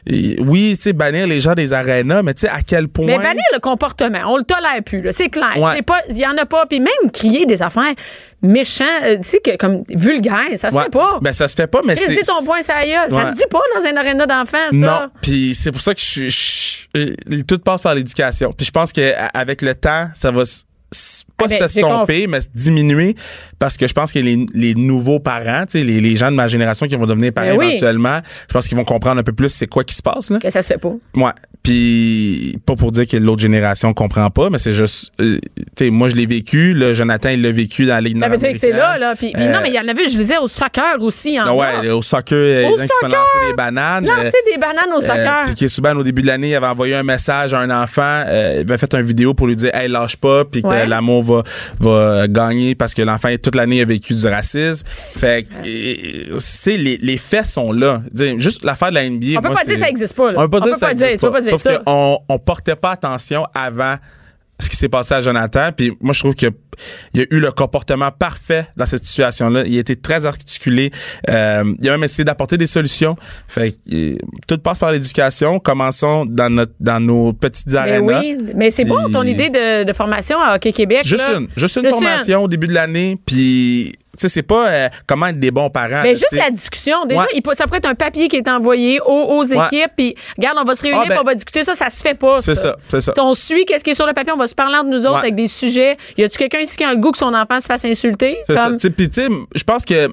[SPEAKER 4] et- oui, tu sais, bannir les gens des arénas, mais tu sais, à quel point.
[SPEAKER 3] Mais bannir le comportement, on le tolère plus, là, c'est clair.
[SPEAKER 4] Ouais.
[SPEAKER 3] C'est pas, il y en a pas, puis même crier des affaires méchantes, euh, tu sais que comme vulgaire, ça se
[SPEAKER 4] Ouais.
[SPEAKER 3] fait pas.
[SPEAKER 4] Ben, ça se fait pas, mais
[SPEAKER 3] Chris,
[SPEAKER 4] c'est.
[SPEAKER 3] dis ton point ça ailleurs,
[SPEAKER 4] Ouais.
[SPEAKER 3] ça se dit pas dans un aréna d'enfants ça.
[SPEAKER 4] Non, puis c'est pour ça que je suis- je- je- tout passe par l'éducation. Puis je pense que a- avec le temps, ça va s- s- pas
[SPEAKER 3] Ah, ben,
[SPEAKER 4] s'estomper, mais se diminuer parce que je pense que les, les nouveaux parents, tu sais, les, les gens de ma génération qui vont devenir parents
[SPEAKER 3] Ben oui.
[SPEAKER 4] éventuellement, je pense qu'ils vont comprendre un peu plus c'est quoi qui se passe là.
[SPEAKER 3] Que ça se fait pas.
[SPEAKER 4] Ouais. Puis pas pour dire que l'autre génération comprend pas, mais c'est juste euh, tu sais moi je l'ai vécu, là Jonathan il l'a vécu dans la ligue
[SPEAKER 3] Ça veut dire que c'est là,
[SPEAKER 4] nord-américaine.
[SPEAKER 3] là. Puis, puis
[SPEAKER 4] Euh,
[SPEAKER 3] non, mais il y en avait, je le disais, au soccer aussi, en
[SPEAKER 4] non,
[SPEAKER 3] bas.
[SPEAKER 4] ouais, au soccer, euh,
[SPEAKER 3] Au
[SPEAKER 4] les gens qui se font
[SPEAKER 3] soccer!
[SPEAKER 4] lancer des bananes. euh,
[SPEAKER 3] Lancer des bananes au soccer.
[SPEAKER 4] Puis que Souban, au début de l'année, il avait envoyé un message à un enfant, euh, il avait fait une vidéo pour lui dire Hey, lâche pas, puis que
[SPEAKER 3] Ouais.
[SPEAKER 4] l'amour va, va gagner parce que l'enfant, toute l'année, a vécu du racisme. Fait que, euh, tu sais, les, les faits sont là. Dire, juste l'affaire de la NBA.
[SPEAKER 3] On peut
[SPEAKER 4] moi,
[SPEAKER 3] pas dire
[SPEAKER 4] c'est-
[SPEAKER 3] ça existe pas, là.
[SPEAKER 4] On peut pas
[SPEAKER 3] On
[SPEAKER 4] dire
[SPEAKER 3] peut
[SPEAKER 4] ça
[SPEAKER 3] pas dire,
[SPEAKER 4] existe
[SPEAKER 3] tu peux
[SPEAKER 4] pas.
[SPEAKER 3] pas dire
[SPEAKER 4] Sauf
[SPEAKER 3] ça.
[SPEAKER 4] qu'on on portait pas attention avant ce qui s'est passé à Jonathan. Puis moi, je trouve qu'il y a eu le comportement parfait dans cette situation-là. Il a été très articulé. Euh, il a même essayé d'apporter des solutions. Fait que, euh, tout passe par l'éducation. Commençons dans notre dans nos petites
[SPEAKER 3] Mais
[SPEAKER 4] arénas.
[SPEAKER 3] Ben oui, mais c'est bon
[SPEAKER 4] Puis-
[SPEAKER 3] ton idée de, de formation à Hockey Québec.
[SPEAKER 4] Juste
[SPEAKER 3] là.
[SPEAKER 4] une, juste une
[SPEAKER 3] Juste
[SPEAKER 4] formation au début de l'année, puis sais, c'est pas euh, comment être des bons parents.
[SPEAKER 3] Mais Ben,
[SPEAKER 4] là,
[SPEAKER 3] juste
[SPEAKER 4] Ah, c'est-
[SPEAKER 3] la discussion. Déjà,
[SPEAKER 4] Ouais.
[SPEAKER 3] il peut- ça pourrait être un papier qui est envoyé aux, aux
[SPEAKER 4] Ouais.
[SPEAKER 3] équipes. Puis, regarde, on va se réunir,
[SPEAKER 4] Ah, ben-
[SPEAKER 3] puis on va discuter. Ça, ça se fait pas.
[SPEAKER 4] C'est ça, c'est ça.
[SPEAKER 3] Tu sais, On suit qu'est-ce qui est sur le papier. On va se parler entre nous autres
[SPEAKER 4] Ouais.
[SPEAKER 3] avec des sujets. Y a-tu quelqu'un ici qui a le goût que son enfant se fasse insulter?
[SPEAKER 4] C'est ça.
[SPEAKER 3] Comme-
[SPEAKER 4] Tu sais, Puis, tu sais, je pense que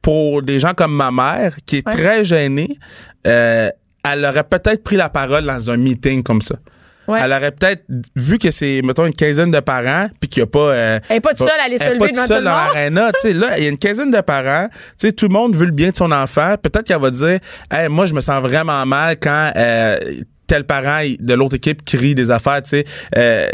[SPEAKER 4] pour des gens comme ma mère, qui est
[SPEAKER 3] Ouais.
[SPEAKER 4] très gênée, euh, elle aurait peut-être pris la parole dans un meeting comme ça.
[SPEAKER 3] Ouais.
[SPEAKER 4] Elle aurait peut-être vu que c'est, mettons, une quinzaine de parents, puis qu'il n'y a pas. euh,
[SPEAKER 3] Elle est pas toute seule à aller se
[SPEAKER 4] elle
[SPEAKER 3] lever
[SPEAKER 4] est pas
[SPEAKER 3] devant
[SPEAKER 4] toute seule
[SPEAKER 3] tout le
[SPEAKER 4] dans
[SPEAKER 3] monde.
[SPEAKER 4] l'aréna. Tu sais, là, il y a une quinzaine de parents. Tu sais, tout le monde veut le bien de son enfant. Peut-être qu'elle va dire Hey, Moi, je me sens vraiment mal quand. euh, tel parent il- de l'autre équipe crie des affaires, tu sais. Euh,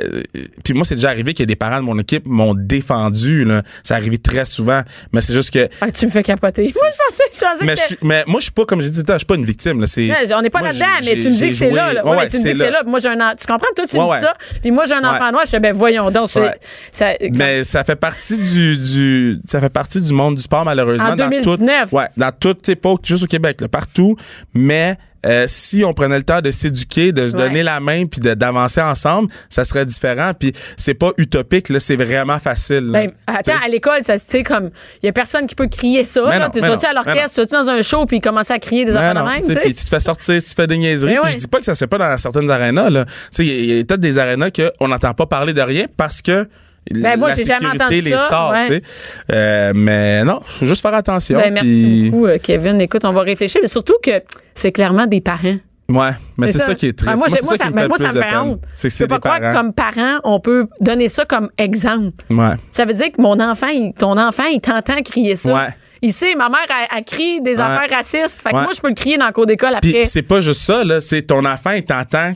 [SPEAKER 4] puis moi, c'est déjà arrivé qu'il y a des parents de mon équipe m'ont défendu. Là. Ça arrive très souvent. Mais c'est juste que...
[SPEAKER 3] Ah, tu me fais capoter. Moi, je pensais, je pensais
[SPEAKER 4] Mais,
[SPEAKER 3] que
[SPEAKER 4] je suis- mais moi, je suis pas, comme j'ai dit, je suis pas une victime. Là. C'est-
[SPEAKER 3] Non, on n'est pas
[SPEAKER 4] moi,
[SPEAKER 3] là-dedans,
[SPEAKER 4] j'ai-
[SPEAKER 3] mais tu me
[SPEAKER 4] j'ai
[SPEAKER 3] dis que c'est
[SPEAKER 4] joué-
[SPEAKER 3] là. là.
[SPEAKER 4] Ouais,
[SPEAKER 3] Ouais,
[SPEAKER 4] ouais,
[SPEAKER 3] tu me dis que c'est là. puis Moi, j'ai un en- Tu comprends? Toi, tu
[SPEAKER 4] Ouais,
[SPEAKER 3] me
[SPEAKER 4] ouais.
[SPEAKER 3] dis ça. Puis moi, j'ai un enfant
[SPEAKER 4] Ouais.
[SPEAKER 3] noir. Je fais, ben voyons donc. c'est-
[SPEAKER 4] Ouais.
[SPEAKER 3] ça-
[SPEAKER 4] Mais ça fait partie du, du ça fait partie du monde du sport malheureusement
[SPEAKER 3] En
[SPEAKER 4] dans
[SPEAKER 3] 2019.
[SPEAKER 4] tout ouais dans toute tu sais, pas juste au Québec là, partout mais euh, si on prenait le temps de s'éduquer, de se
[SPEAKER 3] Ouais.
[SPEAKER 4] donner la main puis de- d'avancer ensemble, ça serait différent puis c'est pas utopique là, c'est vraiment facile. là.
[SPEAKER 3] Ben, attends, à l'école, ça se tu sais, comme. Il y a personne qui peut crier ça.
[SPEAKER 4] Mais
[SPEAKER 3] là.
[SPEAKER 4] non,
[SPEAKER 3] Tu
[SPEAKER 4] mais
[SPEAKER 3] sorti
[SPEAKER 4] non,
[SPEAKER 3] à l'orchestre, tu sorti dans un show, puis commencer à crier des
[SPEAKER 4] Non,
[SPEAKER 3] enfants
[SPEAKER 4] non,
[SPEAKER 3] de même, tu
[SPEAKER 4] tu sais,
[SPEAKER 3] sais.
[SPEAKER 4] puis tu te fais sortir, tu te fais des niaiseries.
[SPEAKER 3] Ben
[SPEAKER 4] puis
[SPEAKER 3] ouais.
[SPEAKER 4] Je dis pas que ça se fait pas dans certaines arénas. là. Tu sais, Il y a- il y a peut-être des arénas qu'on n'entend pas parler de rien parce que
[SPEAKER 3] Ben, moi,
[SPEAKER 4] la
[SPEAKER 3] j'ai jamais
[SPEAKER 4] sécurité
[SPEAKER 3] entendu
[SPEAKER 4] les
[SPEAKER 3] ça,
[SPEAKER 4] sort.
[SPEAKER 3] ouais.
[SPEAKER 4] tu sais. Euh, mais non, faut juste faire attention.
[SPEAKER 3] Ben, merci
[SPEAKER 4] puis-
[SPEAKER 3] beaucoup, euh, Kevin. Écoute, on va réfléchir, mais surtout que c'est clairement des parents.
[SPEAKER 4] Ouais, mais
[SPEAKER 3] C'est
[SPEAKER 4] c'est ça. qui est triste.
[SPEAKER 3] Ah, moi, j'ai- moi,
[SPEAKER 4] c'est
[SPEAKER 3] ça,
[SPEAKER 4] qui
[SPEAKER 3] mais
[SPEAKER 4] le
[SPEAKER 3] moi, ça
[SPEAKER 4] plus
[SPEAKER 3] me
[SPEAKER 4] de
[SPEAKER 3] fait
[SPEAKER 4] peine.
[SPEAKER 3] honte.
[SPEAKER 4] C'est que
[SPEAKER 3] Je
[SPEAKER 4] c'est
[SPEAKER 3] peux pas
[SPEAKER 4] des
[SPEAKER 3] croire que
[SPEAKER 4] parents.
[SPEAKER 3] comme parent, on peut donner ça comme exemple.
[SPEAKER 4] Ouais.
[SPEAKER 3] Ça veut dire que mon enfant, il- ton enfant, il t'entend crier ça.
[SPEAKER 4] Ouais.
[SPEAKER 3] Il sait, ma mère, elle, elle crie des affaires racistes. Fait que
[SPEAKER 4] Ouais.
[SPEAKER 3] moi, je peux le crier dans le cours d'école
[SPEAKER 4] Puis
[SPEAKER 3] après.
[SPEAKER 4] c'est pas juste ça, là. C'est ton enfant, il t'entend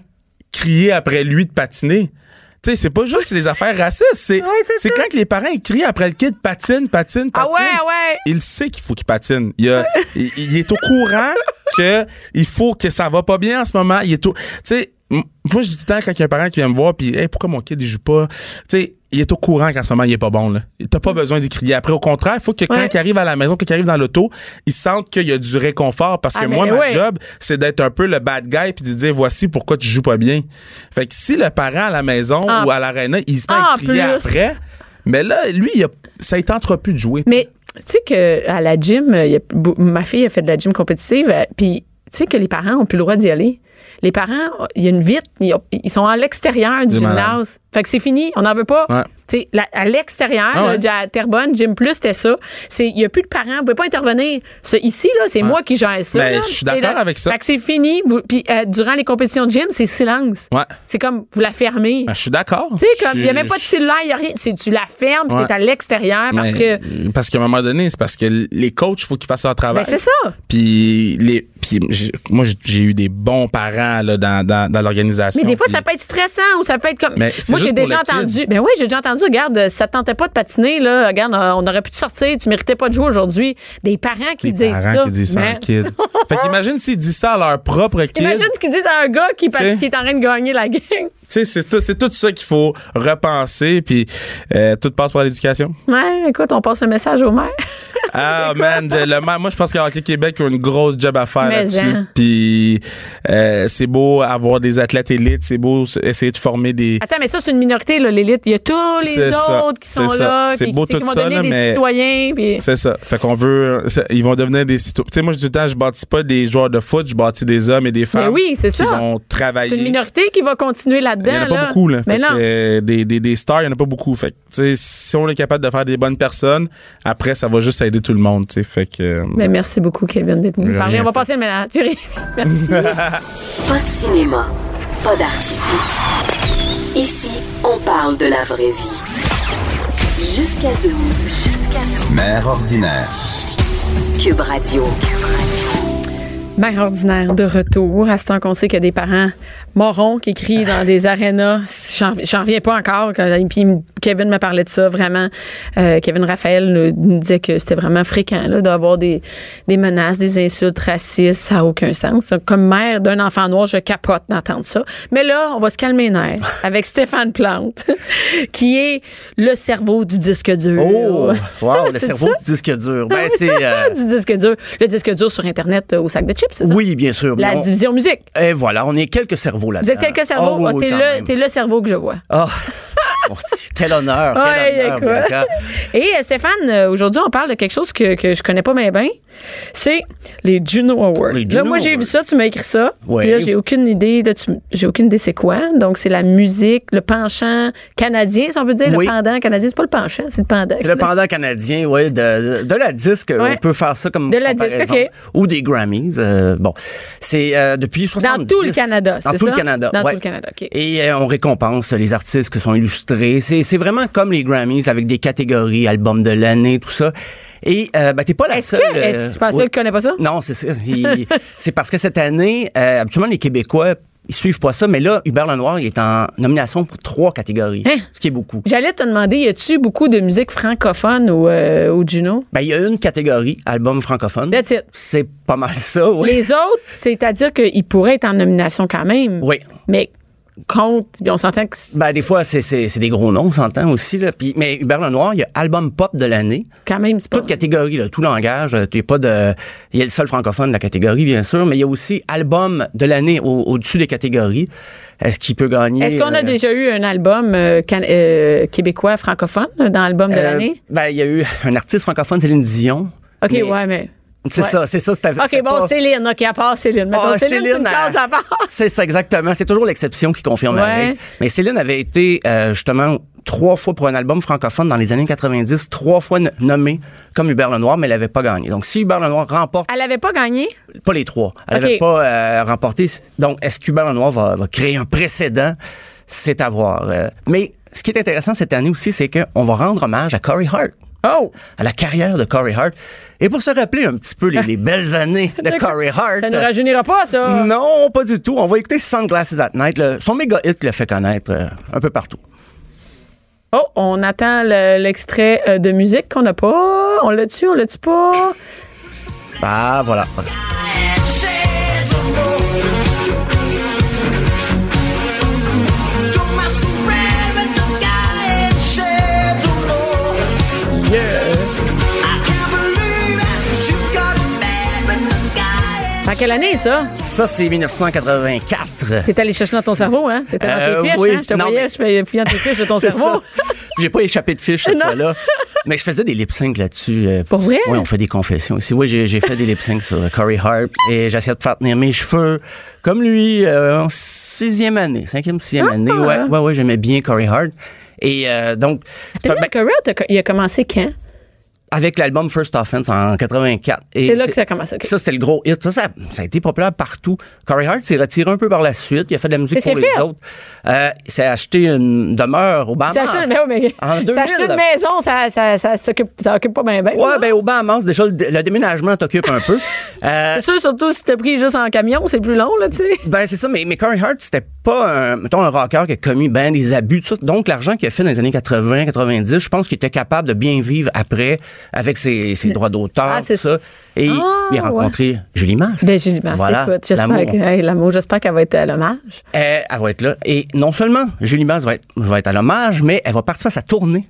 [SPEAKER 4] crier après lui de patiner. Tu sais, c'est pas juste les affaires racistes. C'est
[SPEAKER 3] Ouais, c'est
[SPEAKER 4] c'est
[SPEAKER 3] ça.
[SPEAKER 4] quand que les parents ils crient après le kid, patine, patine, patine.
[SPEAKER 3] Ah ouais, ah ouais.
[SPEAKER 4] Il sait qu'il faut qu'il patine. Il, a- il, il est au courant que il faut que ça va pas bien en ce moment. Il est au- tu sais, m- moi je dis tout le temps quand il y a un parent qui vient me voir puis hey, pourquoi mon kid il joue pas Tu sais, il est au courant qu'en ce moment il est pas bon là. T'as pas besoin d'y crier. Après au contraire, il faut que
[SPEAKER 3] Mm. Ouais.
[SPEAKER 4] quand il arrive à la maison, quand il arrive dans l'auto, il sente qu'il y a du réconfort parce que
[SPEAKER 3] Ah, mais
[SPEAKER 4] moi ma
[SPEAKER 3] ouais.
[SPEAKER 4] job c'est d'être un peu le bad guy puis de dire voici pourquoi tu joues pas bien. Fait que si le parent à la maison
[SPEAKER 3] Ah.
[SPEAKER 4] ou à l'aréna, il se met
[SPEAKER 3] Ah,
[SPEAKER 4] à
[SPEAKER 3] en plus.
[SPEAKER 4] crier après, mais là lui il a- ça il tentera plus de jouer.
[SPEAKER 3] Mais tu sais que à la gym, euh, il y a bou- ma fille a fait de la gym compétitive, euh, puis tu sais que les parents ont plus le droit d'y aller. Les parents, euh, il y a une vitre, ils ont- ils sont à l'extérieur du
[SPEAKER 4] C'est malade.
[SPEAKER 3] gymnase. Fait que c'est fini, on n'en veut pas.
[SPEAKER 4] Ouais.
[SPEAKER 3] Tu sais, la- à l'extérieur,
[SPEAKER 4] Ah
[SPEAKER 3] là,
[SPEAKER 4] ouais.
[SPEAKER 3] de la Terrebonne, Gym Plus, c'était ça. C'est- Il n'y a plus de parents, vous pouvez pas intervenir. Ce- ici, là, c'est moi qui gère ça.
[SPEAKER 4] Ben,
[SPEAKER 3] là.
[SPEAKER 4] je suis
[SPEAKER 3] C'est
[SPEAKER 4] d'accord
[SPEAKER 3] là-
[SPEAKER 4] avec ça.
[SPEAKER 3] Fait que c'est fini. vous- Puis euh, durant les compétitions de gym, c'est silence.
[SPEAKER 4] Ouais.
[SPEAKER 3] C'est comme, vous la fermez.
[SPEAKER 4] Ben, je suis d'accord.
[SPEAKER 3] tu sais, comme, il n'y a
[SPEAKER 4] Je-
[SPEAKER 3] même pas de
[SPEAKER 4] je-
[SPEAKER 3] cellulaire, il n'y a rien. C'est- Tu la fermes, puis
[SPEAKER 4] Ouais.
[SPEAKER 3] t'es à l'extérieur parce
[SPEAKER 4] Mais-
[SPEAKER 3] que.
[SPEAKER 4] parce qu'à un moment donné, c'est parce que les coachs, il faut qu'ils fassent leur travail.
[SPEAKER 3] Ben, c'est ça.
[SPEAKER 4] Puis, les, puis j'ai- moi, j'ai- j'ai eu des bons parents là, dans, dans, dans l'organisation.
[SPEAKER 3] Mais des fois,
[SPEAKER 4] Puis-
[SPEAKER 3] ça peut être stressant ou ça peut être comme.
[SPEAKER 4] Mais c'est
[SPEAKER 3] Moi,
[SPEAKER 4] juste
[SPEAKER 3] j'ai
[SPEAKER 4] pour
[SPEAKER 3] déjà
[SPEAKER 4] le kid.
[SPEAKER 3] entendu. Ben oui, j'ai déjà entendu. Regarde, euh, ça te tentait pas de patiner, là. Regarde, euh, on aurait pu te sortir. Tu méritais pas de jouer aujourd'hui. Des parents qui
[SPEAKER 4] Les
[SPEAKER 3] disent
[SPEAKER 4] parents
[SPEAKER 3] ça.
[SPEAKER 4] qui disent ça à un
[SPEAKER 3] Man.
[SPEAKER 4] kid. fait qu'imagine s'ils disent ça à leur propre kid.
[SPEAKER 3] Imagine ce qu'ils disent à un gars qui, pa-
[SPEAKER 4] T'sais.
[SPEAKER 3] qui est en train de gagner la gang.
[SPEAKER 4] Tu sais, c'est tout, c'est tout ça qu'il faut repenser. Puis, euh, tout passe par l'éducation.
[SPEAKER 3] Ouais, écoute, on passe le message au maire.
[SPEAKER 4] Ah, man, de- le ma- moi, je pense que Hockey Québec a une grosse job à faire
[SPEAKER 3] Mais
[SPEAKER 4] là-dessus.
[SPEAKER 3] hein.
[SPEAKER 4] Puis, euh, c'est beau avoir des athlètes élites, c'est beau s- essayer de former des.
[SPEAKER 3] Attends, mais ça, c'est une minorité, là, l'élite. Il y a tous les
[SPEAKER 4] C'est
[SPEAKER 3] autres
[SPEAKER 4] ça,
[SPEAKER 3] qui
[SPEAKER 4] c'est
[SPEAKER 3] sont
[SPEAKER 4] ça.
[SPEAKER 3] là.
[SPEAKER 4] C'est
[SPEAKER 3] qui,
[SPEAKER 4] beau
[SPEAKER 3] qui
[SPEAKER 4] tout
[SPEAKER 3] vont
[SPEAKER 4] ça,
[SPEAKER 3] devenir
[SPEAKER 4] là,
[SPEAKER 3] des
[SPEAKER 4] mais-
[SPEAKER 3] citoyens. puis-
[SPEAKER 4] C'est ça. Fait qu'on veut. c'est- Ils vont devenir des citoyens. Tu sais, moi, je dis tout le temps, je bâtis pas des joueurs de foot, je bâtis des hommes et des femmes.
[SPEAKER 3] oui, c'est
[SPEAKER 4] qui
[SPEAKER 3] ça.
[SPEAKER 4] vont travailler.
[SPEAKER 3] C'est une minorité qui va continuer
[SPEAKER 4] Il n'y en
[SPEAKER 3] là-dedans.
[SPEAKER 4] a pas
[SPEAKER 3] là.
[SPEAKER 4] beaucoup, là.
[SPEAKER 3] Mais
[SPEAKER 4] Fait
[SPEAKER 3] non.
[SPEAKER 4] que, euh, des, des, des stars, il n'y en a pas beaucoup. Fait que, tu sais, si on est capable de faire des bonnes personnes, après, ça va juste aider tout le monde, tu sais. Fait que. euh,
[SPEAKER 3] Mais merci beaucoup, Kevin, d'être venu
[SPEAKER 4] J'ai
[SPEAKER 3] nous parler.
[SPEAKER 4] rien
[SPEAKER 3] On va
[SPEAKER 4] fait.
[SPEAKER 3] passer le ménage. Jerry. Merci.
[SPEAKER 1] Pas de cinéma, pas d'artifice. Ici, on parle de la vraie vie. Jusqu'à 12,
[SPEAKER 2] Mère ordinaire.
[SPEAKER 1] Cube Radio.
[SPEAKER 3] Mère ordinaire de retour. À ce temps qu'on sait qu'il y a des parents morons qui crient dans des arénas. J'en j'en reviens pas encore. Quand- et Puis Kevin me parlait de ça vraiment. Euh, Kevin Raphaël nous, nous disait que c'était vraiment fréquent là, d'avoir des, des menaces, des insultes racistes. Ça n'a aucun sens. Comme mère d'un enfant noir, je capote d'entendre ça. Mais là, on va se calmer les nerfs avec Stéphane Plante, qui est le cerveau du disque dur.
[SPEAKER 5] Oh! Wow, le
[SPEAKER 3] C'est
[SPEAKER 5] cerveau
[SPEAKER 3] ça? Ah
[SPEAKER 5] du disque dur. Ben, c'est. euh,
[SPEAKER 3] du disque dur. Le disque dur sur Internet euh, au sac de chips, c'est ça?
[SPEAKER 5] oui, bien sûr. mais
[SPEAKER 3] La
[SPEAKER 5] on-
[SPEAKER 3] division musique.
[SPEAKER 5] Et voilà, on est quelques cerveaux là-dedans.
[SPEAKER 3] Vous êtes quelques cerveaux.
[SPEAKER 5] Ah oui,
[SPEAKER 3] Ah,
[SPEAKER 5] oui,
[SPEAKER 3] t'es
[SPEAKER 5] quand
[SPEAKER 3] le-
[SPEAKER 5] même.
[SPEAKER 3] t'es le, cerveau que je vois.
[SPEAKER 5] Ah. Mon Dieu, quel honneur,
[SPEAKER 3] Ouais,
[SPEAKER 5] Ah, quel
[SPEAKER 3] y a
[SPEAKER 5] honneur,
[SPEAKER 3] quoi.
[SPEAKER 5] Bianca.
[SPEAKER 3] Et euh, Stéphane, euh, aujourd'hui, on parle de quelque chose que, que je connais pas bien bien. C'est les Juno Awards.
[SPEAKER 5] Les
[SPEAKER 3] là,
[SPEAKER 5] Juno
[SPEAKER 3] moi, j'ai vu
[SPEAKER 5] Awards.
[SPEAKER 3] ça, tu m'as écrit ça.
[SPEAKER 5] Ouais.
[SPEAKER 3] Puis Là, j'ai aucune idée. Là, tu m- j'ai aucune idée c'est quoi. Donc, c'est la musique, le penchant canadien, si on peut dire,
[SPEAKER 5] Oui.
[SPEAKER 3] le pendant canadien. C'est pas le penchant, c'est le pendant.
[SPEAKER 5] C'est le pendant canadien, oui, de, de la disque. euh,
[SPEAKER 3] Ouais.
[SPEAKER 5] On peut faire ça comme
[SPEAKER 3] De la disque,
[SPEAKER 5] comparaison.
[SPEAKER 3] ok.
[SPEAKER 5] Ou des Grammys. euh, bon, c'est euh, depuis 70.
[SPEAKER 3] tout le Canada,
[SPEAKER 5] Dans
[SPEAKER 3] c'est
[SPEAKER 5] tout
[SPEAKER 3] ça?
[SPEAKER 5] le Canada,
[SPEAKER 3] Dans tout
[SPEAKER 5] ouais.
[SPEAKER 3] le Canada, ok.
[SPEAKER 5] Et euh, on récompense les artistes qui sont illustrés. C'est c'est vraiment comme les Grammys avec des catégories, albums de l'année, tout ça. Et euh, ben, t'es pas la
[SPEAKER 3] Est-ce
[SPEAKER 5] seule.
[SPEAKER 3] que- est-ce-
[SPEAKER 5] euh,
[SPEAKER 3] je pensais
[SPEAKER 5] oui.
[SPEAKER 3] que tu connais pas ça?
[SPEAKER 5] Non, c'est ça. Il- c'est parce que cette année, euh, habituellement, les Québécois, ils suivent pas ça. Mais là, Hubert Lenoir, il est en nomination pour trois catégories,
[SPEAKER 3] Hein?
[SPEAKER 5] ce qui est beaucoup.
[SPEAKER 3] J'allais te demander, y a-tu beaucoup de musique francophone au, euh, au Juno?
[SPEAKER 5] Ben, il y a une catégorie, album francophone.
[SPEAKER 3] That's it.
[SPEAKER 5] C'est pas mal ça, oui.
[SPEAKER 3] Les autres, c'est-à-dire qu'ils pourraient être en nomination quand même.
[SPEAKER 5] Oui.
[SPEAKER 3] Mais compte, puis on s'entend que c'est
[SPEAKER 5] Ben, des fois, c'est, c'est, c'est des gros noms, on s'entend aussi. Là. Puis, mais Hubert Lenoir, il y a album pop de l'année.
[SPEAKER 3] quand même, c'est pas.
[SPEAKER 5] Toute catégorie, là, tout langage. euh, t'es pas de... Il y a le seul francophone de la catégorie, bien sûr, mais il y a aussi album de l'année au- au-dessus des catégories. Est-ce qu'il peut gagner...
[SPEAKER 3] Est-ce qu'on a
[SPEAKER 5] euh,
[SPEAKER 3] déjà eu un album euh, can- euh, québécois francophone dans l'album de
[SPEAKER 5] euh,
[SPEAKER 3] l'année?
[SPEAKER 5] Ben, il y a eu un artiste francophone, Céline Dion.
[SPEAKER 3] OK,
[SPEAKER 5] Mais
[SPEAKER 3] ouais, mais.
[SPEAKER 5] C'est
[SPEAKER 3] ouais.
[SPEAKER 5] ça, c'est ça. c'était-
[SPEAKER 3] OK,
[SPEAKER 5] c'était
[SPEAKER 3] bon,
[SPEAKER 5] pas-
[SPEAKER 3] Céline, OK, à part Céline. Mettons,
[SPEAKER 5] Ah,
[SPEAKER 3] Céline, c'est une
[SPEAKER 5] elle-
[SPEAKER 3] case à part.
[SPEAKER 5] C'est ça, exactement. C'est toujours l'exception qui confirme la
[SPEAKER 3] Ouais.
[SPEAKER 5] règle. Mais Céline avait été, euh, justement, trois fois pour un album francophone dans les années 90, trois fois no- nommée comme Hubert Lenoir, mais elle n'avait pas gagné. Donc, si Hubert Lenoir remporte
[SPEAKER 3] Elle avait pas gagné?
[SPEAKER 5] pas les trois,
[SPEAKER 3] Ah.
[SPEAKER 5] elle
[SPEAKER 3] Ok.
[SPEAKER 5] n'avait pas euh, remporté, donc est-ce qu'Hubert Lenoir va, va créer un précédent? C'est à voir. Euh, mais ce qui est intéressant cette année aussi, c'est qu'on va rendre hommage à Corey Hart
[SPEAKER 3] Oh!
[SPEAKER 5] à la carrière de Corey Hart. Et pour se rappeler un petit peu les, les belles années de Corey Hart.
[SPEAKER 3] Ça ne rajeunira pas, ça.
[SPEAKER 5] Non, pas du tout. On va écouter Sunglasses at Night, le- son méga hit qui l'a fait connaître euh, un peu partout.
[SPEAKER 3] Oh, on attend le- l'extrait euh, de musique qu'on n'a pas. On l'a tu on l'a tu pas?
[SPEAKER 5] Ah, voilà.
[SPEAKER 3] En quelle année, ça?
[SPEAKER 5] Ça, c'est 1984.
[SPEAKER 3] T'es allé chercher dans ton cerveau, hein? T'étais dans
[SPEAKER 5] Euh,
[SPEAKER 3] tes fiches,
[SPEAKER 5] oui.
[SPEAKER 3] hein? Je te
[SPEAKER 5] Non,
[SPEAKER 3] voyais,
[SPEAKER 5] mais-
[SPEAKER 3] je fais fouiller dans tes fiches de ton
[SPEAKER 5] C'est
[SPEAKER 3] cerveau.
[SPEAKER 5] ça. J'ai pas échappé de fiche cette fois-là. Mais je faisais des lip syncs là-dessus. euh,
[SPEAKER 3] Pour vrai?
[SPEAKER 5] Oui, on fait des confessions ici. Oui, j'ai j'ai fait des lip syncs sur euh, Corey Hart et j'essayais de faire tenir mes cheveux comme lui euh, en sixième année, cinquième, sixième
[SPEAKER 3] Ah!
[SPEAKER 5] année. Ouais, ouais, ouais, j'aimais bien Corey Hart. Et euh, donc,
[SPEAKER 3] T'as
[SPEAKER 5] ben,
[SPEAKER 3] vu, Corel, t'as co- il a commencé quand?
[SPEAKER 5] avec l'album First Offense en 84. Et
[SPEAKER 3] C'est là que ça commence, ok.
[SPEAKER 5] Ça, c'était le gros hit. Ça, ça, ça a été populaire partout. Corey Hart s'est retiré un peu par la suite. Il a fait de la musique
[SPEAKER 3] Mais
[SPEAKER 5] pour
[SPEAKER 3] c'est
[SPEAKER 5] les
[SPEAKER 3] fait.
[SPEAKER 5] autres. Euh, il s'est acheté une demeure au Bahamas.
[SPEAKER 3] Ça achète, mais, ouais, mais-
[SPEAKER 5] En
[SPEAKER 3] ça
[SPEAKER 5] 2000.
[SPEAKER 3] achète une maison, ça, ça, ça, s'occupe, ça occupe pas bien. Ben,
[SPEAKER 5] Ouais, ben au Bahamas, déjà, le, le déménagement t'occupe un peu. Euh,
[SPEAKER 3] C'est sûr, surtout si t'as pris juste en camion, c'est plus long, là, tu sais.
[SPEAKER 5] ben c'est ça, mais, mais Corey Hart, c'était pas un, mettons, un rocker qui a commis ben des abus, tout ça. Donc, l'argent qu'il a fait dans les années 80, 90, je pense qu'il était capable de bien vivre après avec ses, ses droits d'auteur,
[SPEAKER 3] Ah, c'est
[SPEAKER 5] tout ça. Et
[SPEAKER 3] Ah,
[SPEAKER 5] il a rencontré Julie Masse.
[SPEAKER 3] Ben, Julie, ben,
[SPEAKER 5] voilà,
[SPEAKER 3] écoute, j'espère
[SPEAKER 5] l'amour.
[SPEAKER 3] que- hey, l'amour, j'espère qu'elle va être à l'hommage.
[SPEAKER 5] Euh, elle va être là. Et non seulement Julie Masse va être, va être à l'hommage, mais elle va participer à sa tournée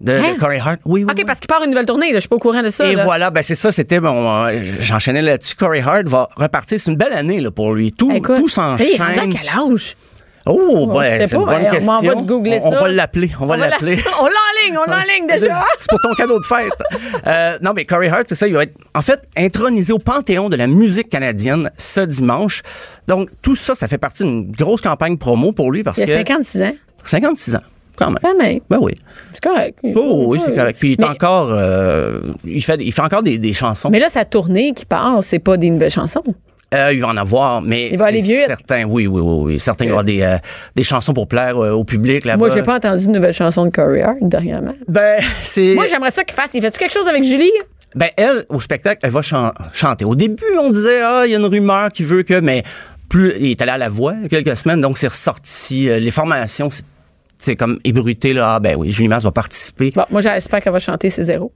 [SPEAKER 5] de, de
[SPEAKER 3] Hein?
[SPEAKER 5] Corey Hart. Oui, oui. oui.
[SPEAKER 3] OK, parce qu'il part une nouvelle tournée, là, je suis pas au courant de ça.
[SPEAKER 5] Et
[SPEAKER 3] là.
[SPEAKER 5] voilà, ben c'est ça, c'était bon. euh, J'enchaînais là-dessus. Corey Hart va repartir. C'est une belle année là, pour lui. Tout,
[SPEAKER 3] Eh, Écoute,
[SPEAKER 5] tout
[SPEAKER 3] hey, rendu à
[SPEAKER 5] s'enchaîne.
[SPEAKER 3] quel âge?
[SPEAKER 5] Oh,
[SPEAKER 3] On sait
[SPEAKER 5] ben, c'est une
[SPEAKER 3] pas,
[SPEAKER 5] bonne
[SPEAKER 3] hein, on
[SPEAKER 5] question.
[SPEAKER 3] va- on va te googler
[SPEAKER 5] On- on
[SPEAKER 3] ça.
[SPEAKER 5] va l'appeler. On va
[SPEAKER 3] la-
[SPEAKER 5] l'appeler.
[SPEAKER 3] On l'enligne, on l'enligne déjà.
[SPEAKER 5] C'est pour ton cadeau de fête. Euh, non, mais Corey Hart, c'est ça, il va être en fait intronisé au Panthéon de la musique canadienne ce dimanche. Donc, tout ça, ça fait partie d'une grosse campagne promo pour lui parce
[SPEAKER 3] Il a
[SPEAKER 5] que.
[SPEAKER 3] 56 ans.
[SPEAKER 5] 56 ans, quand même.
[SPEAKER 3] Quand même.
[SPEAKER 5] Ben oui.
[SPEAKER 3] C'est correct.
[SPEAKER 5] Oh, oui, c'est correct. Puis il est
[SPEAKER 3] Mais-
[SPEAKER 5] encore. euh, il, fait, il fait encore des, des chansons.
[SPEAKER 3] Mais là, sa tournée qui part, c'est pas des nouvelles chansons.
[SPEAKER 5] Euh, il va en avoir, mais.
[SPEAKER 3] Il va
[SPEAKER 5] c'est
[SPEAKER 3] aller vieux.
[SPEAKER 5] Certain, oui, oui, oui. oui. Certains, il va y avoir des, euh, des chansons pour plaire euh, au public là-bas.
[SPEAKER 3] Moi, j'ai pas entendu de nouvelles chansons de Corey Hart dernièrement.
[SPEAKER 5] Ben, c'est.
[SPEAKER 3] Moi, j'aimerais ça qu'il fasse. Il fait-tu quelque chose avec Julie?
[SPEAKER 5] Ben, elle, au spectacle, elle va chan- chanter. Au début, on disait, ah, il y a une rumeur qui veut que, mais plus, il est allé à la voix il y a quelques semaines, donc c'est ressorti. Euh, Les formations, c'est- c'est comme ébruté, là. Ah, ben oui, Julie Masse va participer.
[SPEAKER 3] Bon, moi, j'espère qu'elle va chanter ses zéros.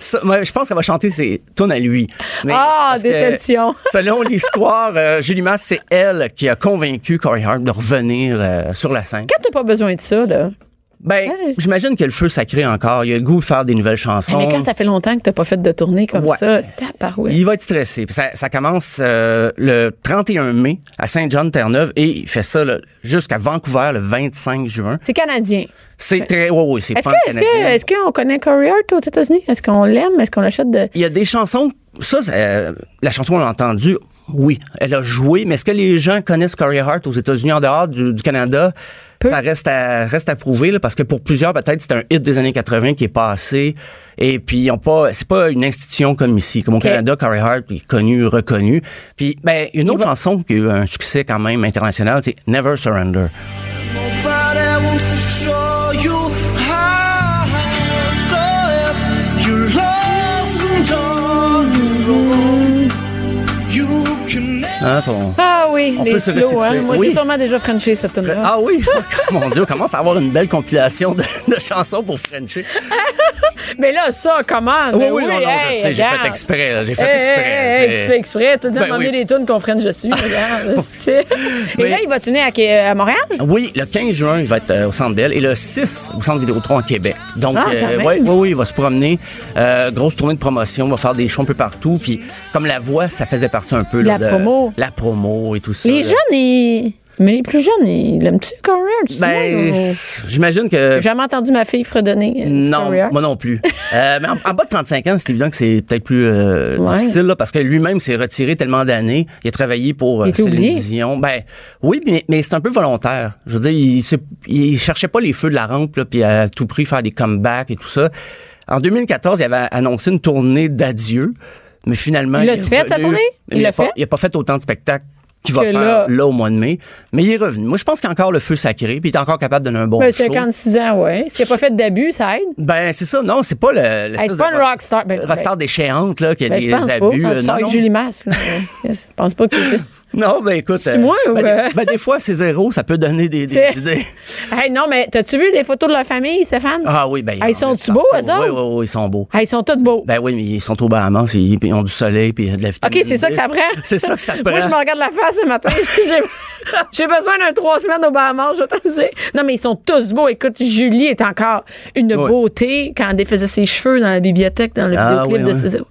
[SPEAKER 5] Ça, moi, je pense qu'elle va chanter ses tunes à lui. Mais-
[SPEAKER 3] Ah,
[SPEAKER 5] parce que,
[SPEAKER 3] déception.
[SPEAKER 5] selon l'histoire, euh, Julie Masse, c'est elle qui a convaincu Corey Hart de revenir euh, sur la scène.
[SPEAKER 3] Quand t'as pas besoin de ça, là.
[SPEAKER 5] Ben,
[SPEAKER 3] Ouais.
[SPEAKER 5] j'imagine que le feu sacré encore. Il a le goût de faire des nouvelles chansons.
[SPEAKER 3] Ah, Mais quand ça fait longtemps que t'as pas fait de tournée comme
[SPEAKER 5] Ah. Ouais.
[SPEAKER 3] ça, tabarouette.
[SPEAKER 5] Il va être stressé. Puis Ça, ça commence euh, le 31 mai à Saint-John-Terre-Neuve et il fait ça là, jusqu'à Vancouver le 25 juin.
[SPEAKER 3] C'est canadien.
[SPEAKER 5] C'est très. Oui, oui, c'est
[SPEAKER 3] Est-ce
[SPEAKER 5] pas
[SPEAKER 3] que- est-ce que-
[SPEAKER 5] canadien.
[SPEAKER 3] est-ce qu'on connaît Corey Hart aux États-Unis? Est-ce qu'on l'aime? Est-ce qu'on l'achète de.
[SPEAKER 5] Il y a des chansons. Ça, ça, euh, la chanson, on l'a entendue. Oui, elle a joué. Mais est-ce que les gens connaissent Corey Hart aux États-Unis, en dehors du, du Canada? Ça reste à, reste à prouver, là, parce que pour plusieurs, peut-être, c'est un hit des années 80 qui est passé. Et puis, ils ont pas, c'est pas une institution comme ici. Comme au Canada, Corey Hart est connu, reconnu. Puis, ben, une autre chanson qui a eu un succès quand même international, c'est Never Surrender. Hein, son-
[SPEAKER 3] Ah oui,
[SPEAKER 5] On
[SPEAKER 3] les
[SPEAKER 5] peut se
[SPEAKER 3] slow, hein?
[SPEAKER 5] restituer.
[SPEAKER 3] Moi,
[SPEAKER 5] Oui.
[SPEAKER 3] j'ai sûrement déjà franchi cette tune là
[SPEAKER 5] Ah oui? Mon Dieu, on commence à avoir une belle compilation de, de chansons pour Frencher.
[SPEAKER 3] Mais là, ça, comment?
[SPEAKER 5] Ah Oui,
[SPEAKER 3] Mais
[SPEAKER 5] oui, non, non, je
[SPEAKER 3] Ben hey,
[SPEAKER 5] sais, j'ai
[SPEAKER 3] regarde. Eh,
[SPEAKER 5] fait exprès, là, j'ai fait
[SPEAKER 3] Hey,
[SPEAKER 5] exprès,
[SPEAKER 3] hey, hey,
[SPEAKER 5] c'est-
[SPEAKER 3] tu fais exprès. T'as
[SPEAKER 5] Ben
[SPEAKER 3] demandé
[SPEAKER 5] oui.
[SPEAKER 3] les tunes qu'on freine, je suis. regarde, c'est- Et
[SPEAKER 5] Oui.
[SPEAKER 3] là, il va tuner à, à Montréal?
[SPEAKER 5] Oui, le 15 juin, il va être euh, au Centre Bell et le 6 au Centre Vidéotron à Québec. Donc, euh,
[SPEAKER 3] Ah, quand même.
[SPEAKER 5] ouais, ouais, ouais, il va se promener. Euh, grosse tournée de promotion, va faire des shows un peu partout. Puis, comme la voix, ça faisait partie un peu là,
[SPEAKER 3] La
[SPEAKER 5] de-
[SPEAKER 3] promo.
[SPEAKER 5] La promo et tout ça.
[SPEAKER 3] Les
[SPEAKER 5] là.
[SPEAKER 3] jeunes, ils. Mais les plus jeunes, ils l'aiment-tu, Corey Hart? Tu
[SPEAKER 5] Ben,
[SPEAKER 3] sais, ou-
[SPEAKER 5] j'imagine que.
[SPEAKER 3] J'ai jamais entendu ma fille fredonner. euh, du
[SPEAKER 5] Non,
[SPEAKER 3] Corey Hart.
[SPEAKER 5] moi non plus. Euh, mais en, en bas de 35 ans, c'est évident que c'est peut-être plus euh,
[SPEAKER 3] Ouais.
[SPEAKER 5] difficile là, parce que lui-même s'est retiré tellement d'années. Il a travaillé pour
[SPEAKER 3] Il
[SPEAKER 5] euh,
[SPEAKER 3] était oublié.
[SPEAKER 5] Céline Dion. Ben oui, mais, mais c'est un peu volontaire. Je veux dire, il, s'est- il cherchait pas les feux de la rampe là, puis à tout prix faire des comebacks et tout ça. En 2014, il avait annoncé une tournée d'adieu, mais finalement,
[SPEAKER 3] Il l'a
[SPEAKER 5] est
[SPEAKER 3] fait, sa
[SPEAKER 5] revenu.
[SPEAKER 3] tournée? Il
[SPEAKER 5] Mais
[SPEAKER 3] l'a
[SPEAKER 5] a pas-
[SPEAKER 3] fait?
[SPEAKER 5] Il a pas fait autant de spectacles qu'il va
[SPEAKER 3] Que
[SPEAKER 5] faire
[SPEAKER 3] là.
[SPEAKER 5] là. au mois de mai, mais il est revenu. Moi, je pense qu'il a encore le feu sacré, puis il est encore capable de donner un bon
[SPEAKER 3] Ben,
[SPEAKER 5] show.
[SPEAKER 3] 56 ans, ouais. S'il n'a pas fait d'abus, ça aide.
[SPEAKER 5] Ben, c'est ça. Non, c'est pas le.
[SPEAKER 3] Hey,
[SPEAKER 5] l'espèce
[SPEAKER 3] c'est pas
[SPEAKER 5] de
[SPEAKER 3] une
[SPEAKER 5] rock-
[SPEAKER 3] rockstar. Ben,
[SPEAKER 5] rockstar déchéante, là, qui a
[SPEAKER 3] ben,
[SPEAKER 5] des
[SPEAKER 3] je pense
[SPEAKER 5] abus.
[SPEAKER 3] pas.
[SPEAKER 5] euh,
[SPEAKER 3] Ah, sors
[SPEAKER 5] non,
[SPEAKER 3] avec
[SPEAKER 5] non.
[SPEAKER 3] Julie Masse. là. Yes, Je pense pas que.
[SPEAKER 5] non, ben écoute.
[SPEAKER 3] C'est moi ou,
[SPEAKER 5] ben,
[SPEAKER 3] euh?
[SPEAKER 5] des- ben, des fois, c'est zéro, ça peut donner des, des
[SPEAKER 3] C'est-
[SPEAKER 5] idées.
[SPEAKER 3] hey, non, mais t'as-tu vu les photos de la famille, Stéphane?
[SPEAKER 5] Ah oui, ben.
[SPEAKER 3] Ah, ils sont-tu beaux, eux
[SPEAKER 5] oui,
[SPEAKER 3] autres?
[SPEAKER 5] Oui, oui, oui, ils sont beaux.
[SPEAKER 3] Ah, ils sont tous beaux.
[SPEAKER 5] Ben oui, mais ils sont au Bahamas, ils, ils ont du soleil, puis de la vitamine
[SPEAKER 3] OK, c'est ça
[SPEAKER 5] D.
[SPEAKER 3] que ça prend.
[SPEAKER 5] C'est ça que ça prend.
[SPEAKER 3] Moi, je me regarde la face ce matin. J'ai- J'ai besoin d'un trois semaines au Bahamas, je te le dis. Non, mais ils sont tous beaux. Écoute, Julie est encore une
[SPEAKER 5] Oui.
[SPEAKER 3] beauté quand elle défaisait ses cheveux dans la bibliothèque, dans le
[SPEAKER 5] Ah,
[SPEAKER 3] vidéoclip
[SPEAKER 5] oui,
[SPEAKER 3] de
[SPEAKER 5] oui.
[SPEAKER 3] Césaire.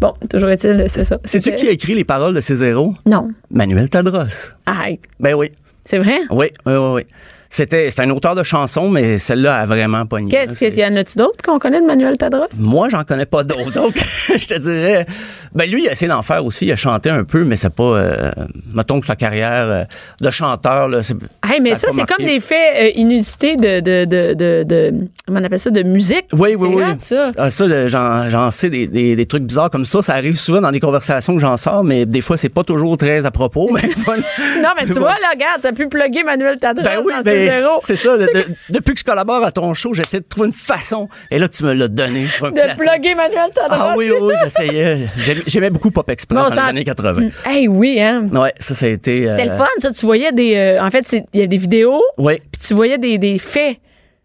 [SPEAKER 3] Bon, toujours est-il, c'est ça.
[SPEAKER 5] C'est-tu qui a écrit les paroles de ces zéros?
[SPEAKER 3] Non.
[SPEAKER 5] Manuel Tadros.
[SPEAKER 3] Arrête.
[SPEAKER 5] Ben oui.
[SPEAKER 3] C'est vrai?
[SPEAKER 5] Oui, oui, oui. oui. C'était, c'était un auteur de chansons, mais celle-là a vraiment pogné. là,
[SPEAKER 3] Qu'est-ce
[SPEAKER 5] c'est-
[SPEAKER 3] qu'il y en a-tu d'autres qu'on connaît de Manuel Tadros?
[SPEAKER 5] Moi, j'en connais pas d'autres. Donc, je te dirais, ben lui, il a essayé d'en faire aussi. Il a chanté un peu, mais c'est pas, euh, mettons que sa carrière euh, de chanteur là. c'est-
[SPEAKER 3] Hey, mais
[SPEAKER 5] a
[SPEAKER 3] ça,
[SPEAKER 5] pas
[SPEAKER 3] c'est
[SPEAKER 5] marqué.
[SPEAKER 3] comme des faits euh, inusités de, de, de, de, de- Comment on appelle ça? De musique.
[SPEAKER 5] Oui,
[SPEAKER 3] C'est
[SPEAKER 5] oui, oui.
[SPEAKER 3] hot, ça.
[SPEAKER 5] Ah, ça, le- j'en, j'en sais des, des, des trucs bizarres comme ça. Ça arrive souvent dans des conversations que j'en sors, mais des fois, c'est pas toujours très à propos. Mais voilà.
[SPEAKER 3] Non, mais tu
[SPEAKER 5] bon.
[SPEAKER 3] vois, là, regarde, t'as pu plugger Manuel Tadros
[SPEAKER 5] Ben oui,
[SPEAKER 3] dans ses
[SPEAKER 5] ben,
[SPEAKER 3] zéros.
[SPEAKER 5] c'est ça. de- de- depuis que je collabore à ton show, j'essaie de trouver une façon. Et là, tu me l'as donné. sur un
[SPEAKER 3] De
[SPEAKER 5] plateau.
[SPEAKER 3] plugger Manuel Tadros.
[SPEAKER 5] Ah oui, oui, oui, j'essayais. J'aimais, j'aimais beaucoup Pop Express
[SPEAKER 3] Bon,
[SPEAKER 5] dans les
[SPEAKER 3] ça- Mm.
[SPEAKER 5] années 80.
[SPEAKER 3] Hey, oui, hein.
[SPEAKER 5] Ouais, ça, ça a été.
[SPEAKER 3] C'était le
[SPEAKER 5] euh,
[SPEAKER 3] fun, ça. Tu voyais des. euh, en fait, c'est- il y a des vidéos,
[SPEAKER 5] Ouais.
[SPEAKER 3] puis tu voyais des, des faits.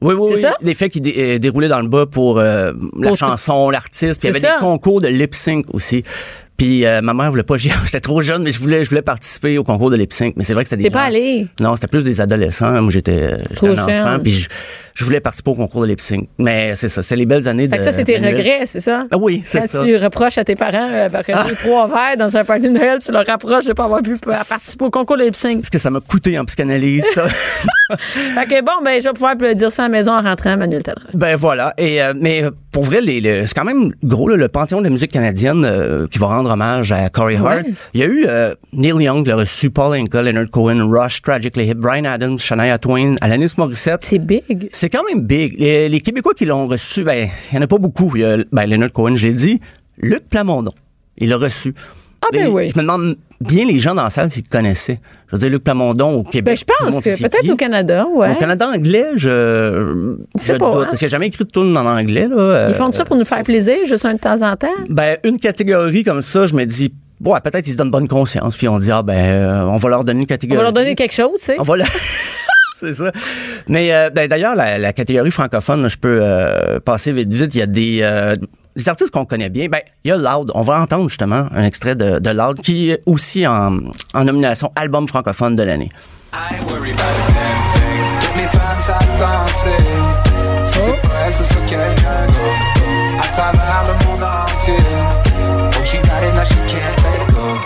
[SPEAKER 5] Oui, oui,
[SPEAKER 3] C'est
[SPEAKER 5] oui.
[SPEAKER 3] ça?
[SPEAKER 5] Des faits qui dé- euh, déroulaient dans le bas pour euh, la
[SPEAKER 3] Pour-
[SPEAKER 5] chanson, l'artiste. Puis il y
[SPEAKER 3] C'est
[SPEAKER 5] avait
[SPEAKER 3] ça.
[SPEAKER 5] des concours de lip sync aussi. Puis euh, ma mère voulait pas. j'y- J'étais trop jeune, mais je voulais, je voulais participer au concours de lip sync. Mais c'est vrai que c'était des.
[SPEAKER 3] T'es pas
[SPEAKER 5] gens-
[SPEAKER 3] allé?
[SPEAKER 5] Non, c'était plus des adolescents. Moi, j'étais euh, j'étais
[SPEAKER 3] Trop
[SPEAKER 5] un enfant.
[SPEAKER 3] jeune.
[SPEAKER 5] Puis je, je voulais participer au concours de lip sync. Mais c'est ça, c'est les belles années
[SPEAKER 3] Fait
[SPEAKER 5] de.
[SPEAKER 3] que ça, c'est tes
[SPEAKER 5] Manuel.
[SPEAKER 3] regrets, c'est ça?
[SPEAKER 5] Ah oui, c'est
[SPEAKER 3] Quand
[SPEAKER 5] ça. Ah.
[SPEAKER 3] tu reproches à tes parents euh, avoir eu trois verres dans un party de Noël, tu leur rapproches de pas avoir pu participer au concours de lip sync.
[SPEAKER 5] Est-ce que ça m'a coûté en psychanalyse, ça?
[SPEAKER 3] Fait que bon, ben, je vais pouvoir dire ça à la maison en rentrant, Manuel Tadros.
[SPEAKER 5] Ben voilà. Et euh, mais euh, pour vrai, les, les- c'est quand même gros là, le panthéon de la musique canadienne euh, qui va rendre hommage à Corey Hart. Il y a eu euh, Neil Young l'a reçu, Paul Anka, Leonard Cohen, Rush, Tragically Hip, Brian Adams, Shania Twain, Alanis Morissette.
[SPEAKER 3] C'est big. Ben,
[SPEAKER 5] C'est quand même big. Les, les Québécois qui l'ont reçu, ben il y en a pas beaucoup. Il y a, ben Leonard Cohen, j'ai dit, Luc Plamondon, il l'a reçu.
[SPEAKER 3] Ah ben
[SPEAKER 5] Et
[SPEAKER 3] oui.
[SPEAKER 5] Je me demande bien les gens dans la salle s'ils le connaissaient. Je veux dire, Luc Plamondon au Québec.
[SPEAKER 3] Ben, je
[SPEAKER 5] tout le
[SPEAKER 3] pense
[SPEAKER 5] monde sait
[SPEAKER 3] que
[SPEAKER 5] c'est qui.
[SPEAKER 3] peut-être au Canada, ouais.
[SPEAKER 5] Au Canada anglais, je.
[SPEAKER 3] sais
[SPEAKER 5] je
[SPEAKER 3] pas, hein?
[SPEAKER 5] Parce qu'il n'y a jamais écrit de tune en anglais, là. euh,
[SPEAKER 3] Ils font ça pour nous faire plaisir, juste un de temps en temps.
[SPEAKER 5] Ben, une catégorie comme ça, je me dis, ouais, peut-être ils se donnent bonne conscience, puis on dit, ah, ben, euh, on va leur donner une
[SPEAKER 3] On
[SPEAKER 5] catégorie.
[SPEAKER 3] va leur donner quelque chose, tu sais.
[SPEAKER 5] On va leur- C'est ça. Mais euh, ben, d'ailleurs, la, la catégorie francophone, là, je peux euh, passer vite, vite. Il y a des, euh, des artistes qu'on connaît bien. Ben, il y a Loud. On va entendre justement un extrait de, de Loud qui est aussi en, en nomination album francophone de l'année.
[SPEAKER 6] I worry about them. Toutes mes femmes savent danser. Ce sur elle, ce sur quelqu'un d'autre. À travers le monde entier. Oh, she got it, now she can't let go.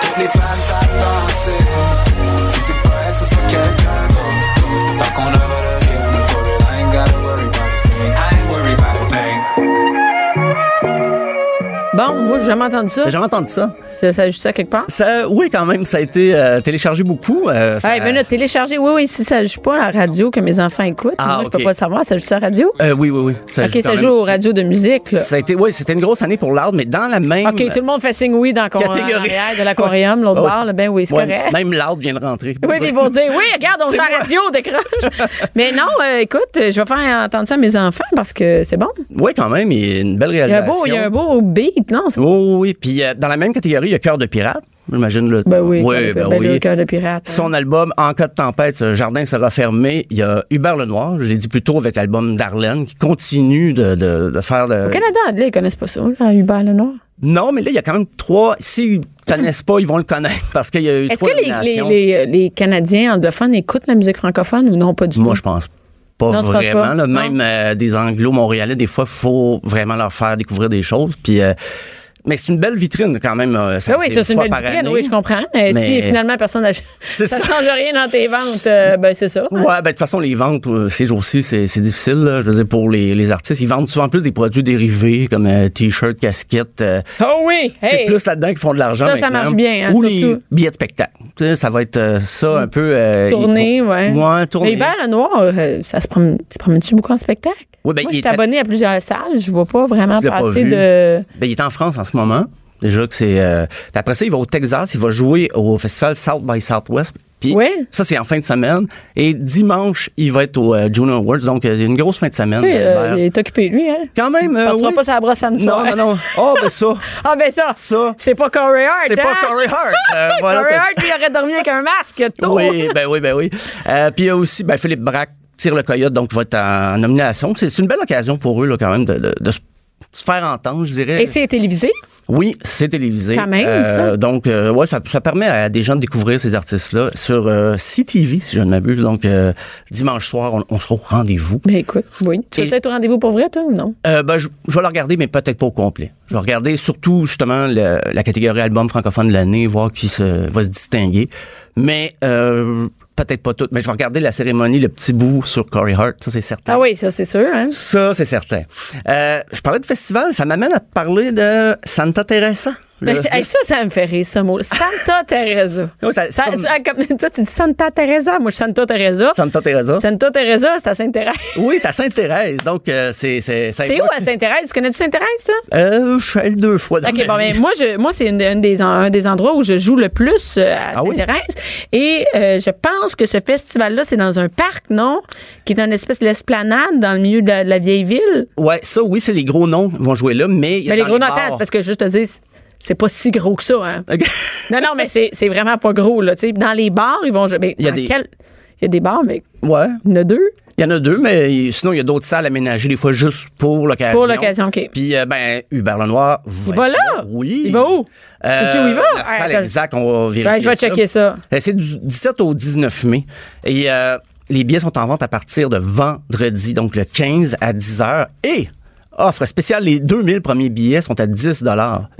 [SPEAKER 6] Toutes les femmes savent danser. Si c'est pas elle, ce sur quelqu'un d'autre. Tant qu'on aura le rythme, for it, I ain't gotta worry about a thing. I ain't worry about a thing.
[SPEAKER 3] Bon, moi, j'ai jamais entendu ça.
[SPEAKER 5] T'as jamais entendu ça?
[SPEAKER 3] Ça, ça ajoute ça quelque part?
[SPEAKER 5] ça? Oui, quand même, ça a été euh, téléchargé beaucoup. euh, ça-
[SPEAKER 3] Ouais, ben là, télécharger, oui, oui, si ça joue pas à la radio que mes enfants écoutent,
[SPEAKER 5] Ah,
[SPEAKER 3] moi, je peux
[SPEAKER 5] ok.
[SPEAKER 3] pas le savoir, ça joue ça à la radio?
[SPEAKER 5] Euh, oui, oui, oui. Ça
[SPEAKER 3] OK,
[SPEAKER 5] quand
[SPEAKER 3] ça
[SPEAKER 5] même.
[SPEAKER 3] joue aux radios de musique, là.
[SPEAKER 5] Ça a été, oui, c'était une grosse année pour l'art, mais dans la même.
[SPEAKER 3] OK, tout le monde fait signe oui dans qu'on- en
[SPEAKER 5] Catégorie.
[SPEAKER 3] arrière de l'aquarium, l'autre
[SPEAKER 5] Ouais.
[SPEAKER 3] bar, là, ben oui, c'est
[SPEAKER 5] Ouais,
[SPEAKER 3] correct.
[SPEAKER 5] Même l'art vient de rentrer.
[SPEAKER 3] Oui, mais ils vont dire, oui, regarde, on joue
[SPEAKER 5] C'est
[SPEAKER 3] à la
[SPEAKER 5] moi.
[SPEAKER 3] radio, décroche. Mais non, euh, écoute, euh, je vais faire entendre ça à mes enfants parce que c'est bon.
[SPEAKER 5] Oui, quand même, il y a une belle
[SPEAKER 3] Il y a un
[SPEAKER 5] réalisation.
[SPEAKER 3] beau, il y a un beau beat, non? c'est-
[SPEAKER 5] Oui, oui, oui. Puis euh, dans la même catégorie, il y a Cœur de pirate. J'imagine le.
[SPEAKER 3] Ben oui,
[SPEAKER 5] oui, ben,
[SPEAKER 3] ben
[SPEAKER 5] oui.
[SPEAKER 3] le cœur de pirate. hein.
[SPEAKER 5] Son album En cas de tempête, ce jardin sera fermé. Il y a Hubert Lenoir, j'ai dit plus tôt avec l'album d'Arlène, qui continue de, de- de faire de.
[SPEAKER 3] Au Canada, là, ils connaissent pas ça, là, Hubert Lenoir.
[SPEAKER 5] Non, mais là, il y a quand même trois. S'ils connaissent pas, ils vont le connaître parce qu'il y a eu
[SPEAKER 3] Est-ce
[SPEAKER 5] trois
[SPEAKER 3] que les, les,
[SPEAKER 5] nominations.
[SPEAKER 3] les- euh, les Canadiens anglophones écoutent la musique francophone ou non pas du
[SPEAKER 5] Moi,
[SPEAKER 3] tout?
[SPEAKER 5] je pense pas
[SPEAKER 3] Non, tu penses
[SPEAKER 5] vraiment.
[SPEAKER 3] pas?
[SPEAKER 5] là.
[SPEAKER 3] Non.
[SPEAKER 5] Même euh, des anglo-montréalais, des fois, faut vraiment leur faire découvrir des choses. Puis, euh, mais c'est une belle vitrine quand même. euh,
[SPEAKER 3] Ah oui, ça, c'est une
[SPEAKER 5] fois
[SPEAKER 3] belle
[SPEAKER 5] par
[SPEAKER 3] vitrine,
[SPEAKER 5] année.
[SPEAKER 3] oui, je comprends. Mais,
[SPEAKER 5] Mais-
[SPEAKER 3] si finalement personne n'ach-
[SPEAKER 5] C'est
[SPEAKER 3] ça ne
[SPEAKER 5] ça.
[SPEAKER 3] change rien dans tes ventes, euh, ben c'est ça.
[SPEAKER 5] Ouais, ben de toute façon, les ventes euh, ces jours-ci, c'est c'est difficile. là. Je veux dire, pour les, les artistes, ils vendent souvent plus des produits dérivés comme euh, t-shirts, casquettes. euh,
[SPEAKER 3] Oh oui!
[SPEAKER 5] C'est
[SPEAKER 3] Hey!
[SPEAKER 5] plus là-dedans qu'ils font de l'argent.
[SPEAKER 3] Ça, ça
[SPEAKER 5] maintenant.
[SPEAKER 3] marche bien, hein,
[SPEAKER 5] Ou les
[SPEAKER 3] surtout.
[SPEAKER 5] billets de spectacle. Tu sais, ça va être euh, ça un peu. euh,
[SPEAKER 3] Tourné,
[SPEAKER 5] ils-
[SPEAKER 3] ouais.
[SPEAKER 5] Ouais,
[SPEAKER 3] Mais
[SPEAKER 5] tourné.
[SPEAKER 3] Hubert Lenoir, euh, ça se prom- se promène-tu beaucoup en spectacle?
[SPEAKER 5] Oui, ben,
[SPEAKER 3] Moi,
[SPEAKER 5] il
[SPEAKER 3] je suis
[SPEAKER 5] est-
[SPEAKER 3] abonné à plusieurs salles, je vois pas vraiment
[SPEAKER 5] Tu l'as pas
[SPEAKER 3] passer
[SPEAKER 5] vu.
[SPEAKER 3] de...
[SPEAKER 5] Ben, il est en France en ce moment. Déjà que c'est. euh, puis après ça, il va au Texas, il va jouer au festival South by Southwest. Puis
[SPEAKER 3] Ouais.
[SPEAKER 5] ça, c'est en fin de semaine. Et dimanche, il va être au euh, Juno Awards. Donc, euh, une grosse fin de semaine.
[SPEAKER 3] Tu sais, euh,
[SPEAKER 5] Hubert.
[SPEAKER 3] il est occupé, lui, hein?
[SPEAKER 5] Quand même. euh,
[SPEAKER 3] ne
[SPEAKER 5] oui.
[SPEAKER 3] pas sa brosse samedi
[SPEAKER 5] Non, non, non. Oh, ben ça.
[SPEAKER 3] Ah ben ça,
[SPEAKER 5] Ça.
[SPEAKER 3] c'est pas Corey Hart,
[SPEAKER 5] C'est pas
[SPEAKER 3] hein?
[SPEAKER 5] Corey Hart. Euh, voilà,
[SPEAKER 3] Corey
[SPEAKER 5] t'as-
[SPEAKER 3] Hart, lui, il aurait dormi avec un masque, tout.
[SPEAKER 5] Oui, ben oui, ben oui. Euh, puis il y a aussi ben, Philippe Braque tire le coyote, donc va être en nomination. C'est c'est une belle occasion pour eux, là, quand même, de, de- de se se faire entendre, je dirais.
[SPEAKER 3] Et c'est télévisé?
[SPEAKER 5] Oui, c'est télévisé.
[SPEAKER 3] Quand même, ça.
[SPEAKER 5] Donc, euh, ouais, ça, ça permet à des gens de découvrir ces artistes-là sur euh, CTV, si je ne m'abuse. Donc, euh, dimanche soir, on, on sera au rendez-vous.
[SPEAKER 3] Ben écoute, oui. Tu
[SPEAKER 5] Et-
[SPEAKER 3] vas être au rendez-vous pour vrai, toi, ou non?
[SPEAKER 5] Euh, ben, je, je vais le regarder, mais peut-être pas au complet. Je vais regarder surtout, justement, le- la catégorie album francophone de l'année, voir qui se, va se distinguer. Mais euh, peut-être pas tout. Mais je vais regarder la cérémonie, le petit bout sur Corey Hart, ça c'est certain.
[SPEAKER 3] Ah oui, ça, c'est sûr, hein?
[SPEAKER 5] Ça, c'est certain. Euh, je parlais de festival, ça m'amène à te parler de Santa Teresa.
[SPEAKER 3] Mais,
[SPEAKER 5] Le-
[SPEAKER 3] hey, ça, ça me fait rire, ce mot. Santa Teresa.
[SPEAKER 5] Oui, ça- c'est
[SPEAKER 3] Ça-
[SPEAKER 5] comme-
[SPEAKER 3] ça- comme- toi, tu dis Santa Teresa. Moi, je suis Santa Teresa.
[SPEAKER 5] Santa Teresa.
[SPEAKER 3] Santa Teresa, c'est à Sainte-Thérèse.
[SPEAKER 5] Oui, c'est à Sainte-Thérèse. Donc, euh, c'est. C'est ça
[SPEAKER 3] C'est où
[SPEAKER 5] évoque-
[SPEAKER 3] à Sainte-Thérèse? Tu connais-tu Sainte-Thérèse, toi?
[SPEAKER 5] Euh, je suis allé deux fois dans
[SPEAKER 3] OK,
[SPEAKER 5] ma
[SPEAKER 3] bon,
[SPEAKER 5] vie.
[SPEAKER 3] ben, moi, je, moi c'est une- une des en- un des endroits où je joue le plus euh, à
[SPEAKER 5] Ah oui?
[SPEAKER 3] Sainte-Thérèse. Et euh, je pense que ce festival-là, c'est dans un parc, non? Qui est une espèce d'esplanade dans le milieu de la, de la vieille ville.
[SPEAKER 5] Ouais, ça, oui, c'est les gros noms qui vont jouer là, mais. il y a
[SPEAKER 3] Mais les
[SPEAKER 5] dans
[SPEAKER 3] gros
[SPEAKER 5] bars.
[SPEAKER 3] notables, parce que juste te dire, c'est pas si gros que ça, hein?
[SPEAKER 5] OK.
[SPEAKER 3] Non, non, mais c'est c'est vraiment pas gros, là. tu sais. Dans les bars, ils vont. ben,
[SPEAKER 5] Il y a
[SPEAKER 3] dans
[SPEAKER 5] des-
[SPEAKER 3] quel- Il y a des bars, mais
[SPEAKER 5] Ouais.
[SPEAKER 3] il y en a deux.
[SPEAKER 5] Il y en a deux, mais il- sinon, il y a d'autres salles aménagées, des fois, juste pour l'occasion.
[SPEAKER 3] Pour l'occasion, OK.
[SPEAKER 5] Puis, euh, ben, Hubert Lenoir.
[SPEAKER 3] Il va là?
[SPEAKER 5] Oui. Euh,
[SPEAKER 3] Il va où? Sais-tu où il va?
[SPEAKER 5] La
[SPEAKER 3] Ah,
[SPEAKER 5] salle
[SPEAKER 3] attends.
[SPEAKER 5] exacte, on va vérifier.
[SPEAKER 3] Ouais, je vais checker ça.
[SPEAKER 5] Euh, C'est du 17 au 19 mai. Et euh, les billets sont en vente à partir de vendredi, donc le 15 à 10 h. Et offre spéciale, les 2000 premiers billets sont à 10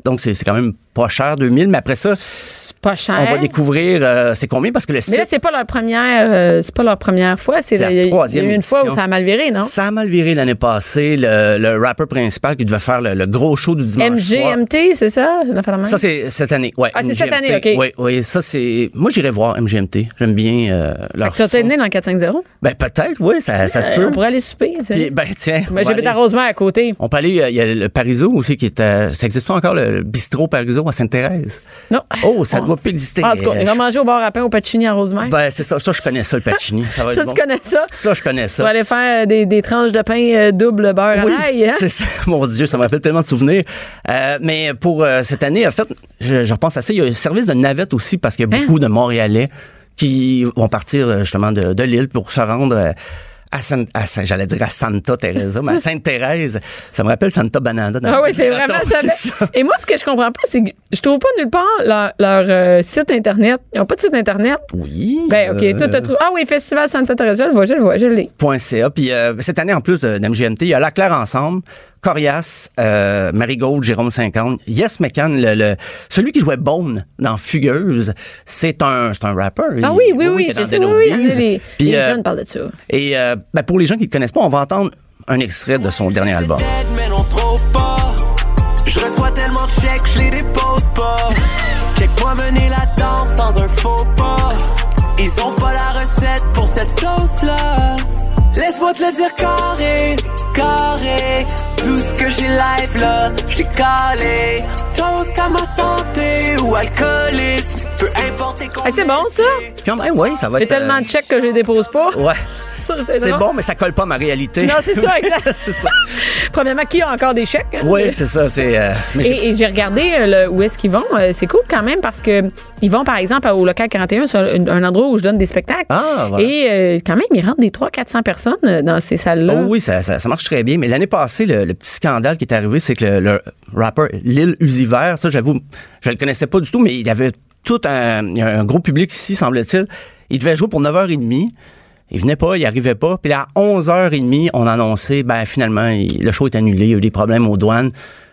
[SPEAKER 5] Donc, c'est c'est quand même pas cher, 2000. Mais après ça,
[SPEAKER 3] C'est pas cher.
[SPEAKER 5] on va découvrir euh, c'est combien parce que le
[SPEAKER 3] Mais là,
[SPEAKER 5] site.
[SPEAKER 3] c'est pas leur première, euh, c'est pas leur première fois. C'est
[SPEAKER 5] C'est la
[SPEAKER 3] il y a eu
[SPEAKER 5] troisième
[SPEAKER 3] une fois où
[SPEAKER 5] édition.
[SPEAKER 3] ça a mal viré, non?
[SPEAKER 5] Ça a mal viré l'année passée. Le, le rappeur principal qui devait faire le, le gros show du dimanche soir.
[SPEAKER 3] MGMT, c'est ça? C'est une affaire de même?
[SPEAKER 5] Ça, c'est cette année. Ouais,
[SPEAKER 3] hein? Ah, c'est cette
[SPEAKER 5] MGMT.
[SPEAKER 3] année, OK.
[SPEAKER 5] Oui, oui, ça, c'est. Moi, j'irai voir MGMT. J'aime bien euh,
[SPEAKER 3] Fait
[SPEAKER 5] leur.
[SPEAKER 3] que Tu as
[SPEAKER 5] son.
[SPEAKER 3] terminé dans le 450?
[SPEAKER 5] Ben, peut-être, oui, ça, ça se
[SPEAKER 3] Euh,
[SPEAKER 5] peut.
[SPEAKER 3] on pourrait aller souper. tu sais.
[SPEAKER 5] Puis, ben, tiens. on
[SPEAKER 3] Mais
[SPEAKER 5] va
[SPEAKER 3] j'habite à
[SPEAKER 5] aller-
[SPEAKER 3] Rosemère à côté.
[SPEAKER 5] On peut aller, euh, il y a le Pariso aussi qui est à, ça existe encore le bistrot Pariso à Sainte-Thérèse?
[SPEAKER 3] Non.
[SPEAKER 5] Oh, ça
[SPEAKER 3] On-
[SPEAKER 5] doit plus exister.
[SPEAKER 3] En tout cas, on va manger au bar à pain au Pacini à Rosemère.
[SPEAKER 5] Ben, c'est ça, ça je connais ça le Pacini, ça va
[SPEAKER 3] hein? ça,
[SPEAKER 5] être bon.
[SPEAKER 3] tu connais ça?
[SPEAKER 5] Ça je connais
[SPEAKER 3] Tu
[SPEAKER 5] ça.
[SPEAKER 3] vas aller faire des, des tranches de pain euh, double beurre
[SPEAKER 5] Oui,
[SPEAKER 3] à l'ail, hein?
[SPEAKER 5] c'est ça. Mon Dieu, ça me rappelle tellement de souvenirs. Euh, mais pour euh, cette année, en fait, je, je repense à ça. Il y a un service de navette aussi parce
[SPEAKER 3] Hein?
[SPEAKER 5] qu'il y a beaucoup de Montréalais qui vont partir euh, justement de, de l'île pour se rendre euh, à San- à San- j'allais dire à Santa Teresa, mais à Sainte-Thérèse, ça me rappelle Santa Banana. dans
[SPEAKER 3] Ah
[SPEAKER 5] le
[SPEAKER 3] oui, c'est vraiment
[SPEAKER 5] Attends,
[SPEAKER 3] ça.
[SPEAKER 5] c'est ça.
[SPEAKER 3] Et moi, ce que je comprends pas, c'est que je trouve pas nulle part leur, leur, euh, site Internet. Ils n'ont pas de site Internet.
[SPEAKER 5] Oui.
[SPEAKER 3] Ben, OK, toi,
[SPEAKER 5] euh,
[SPEAKER 3] t'as trouvé. Ah oui, Festival Santa Teresa, je le vois, je le vois, je l'ai.
[SPEAKER 5] .ca. Puis euh, cette année, en plus de, d'MGMT, il y a La Claire Ensemble, Corias, euh, Marigold, Jérôme 50, Yes McCann, le, le- celui qui jouait Bone dans Fugueuse, c'est un, c'est un rapper.
[SPEAKER 3] Ah
[SPEAKER 5] Il-
[SPEAKER 3] oui, oui, oui,
[SPEAKER 5] il était
[SPEAKER 3] je
[SPEAKER 5] dans
[SPEAKER 3] sais,
[SPEAKER 5] Dead
[SPEAKER 3] oui, oui,
[SPEAKER 5] Obese.
[SPEAKER 3] les,
[SPEAKER 5] Puis,
[SPEAKER 3] les
[SPEAKER 5] euh,
[SPEAKER 3] jeunes parlent de ça.
[SPEAKER 5] Et euh, ben, pour les gens qui ne connaissent pas, on va entendre un extrait de son dernier album.
[SPEAKER 7] mais non trop pas. Je reçois tellement de chèques, je les dépose pas. Check-moi mener la danse sans un faux pas. Ils ont pas la recette pour cette sauce-là. Laisse-moi te le dire carré, carré. Tout ce que j'ai live là, j'ai calé. Toast à ma santé ou alcoolisme, peu importe.
[SPEAKER 3] Ah, c'est bon, ça?
[SPEAKER 5] Comme, eh ouais, ça va
[SPEAKER 3] J'ai
[SPEAKER 5] être... euh,
[SPEAKER 3] tellement de chèques que je les dépose pas.
[SPEAKER 5] Ouais.
[SPEAKER 3] Ça,
[SPEAKER 5] C'est
[SPEAKER 3] drôle.
[SPEAKER 5] bon, mais ça colle pas à ma réalité.
[SPEAKER 3] Non, c'est ça, exact.
[SPEAKER 5] C'est ça.
[SPEAKER 3] Premièrement, qui a encore des chèques? hein?
[SPEAKER 5] Oui, c'est ça, c'est... euh, mais j'ai-
[SPEAKER 3] Et, et j'ai regardé euh, le- où est-ce qu'ils vont. Euh, c'est cool quand même parce que ils vont, par exemple, au local 41, c'est un, un endroit où je donne des spectacles.
[SPEAKER 5] Ah, voilà.
[SPEAKER 3] Et euh, quand même, ils rentrent des 300-400 personnes euh, dans ces salles-là.
[SPEAKER 5] Oh oui, ça, ça, ça marche très bien. Mais l'année passée, le, le petit scandale qui est arrivé, c'est que le, le rapper Lil Uzi Vert, ça, j'avoue, je le connaissais pas du tout, mais il avait tout un, il y a un gros public ici, semble-t-il. Il devait jouer pour 9h30. Il venait pas, il arrivait pas. Puis là, à 11h30, on annonçait, ben finalement, il- le show est annulé, il y a eu des problèmes aux douanes.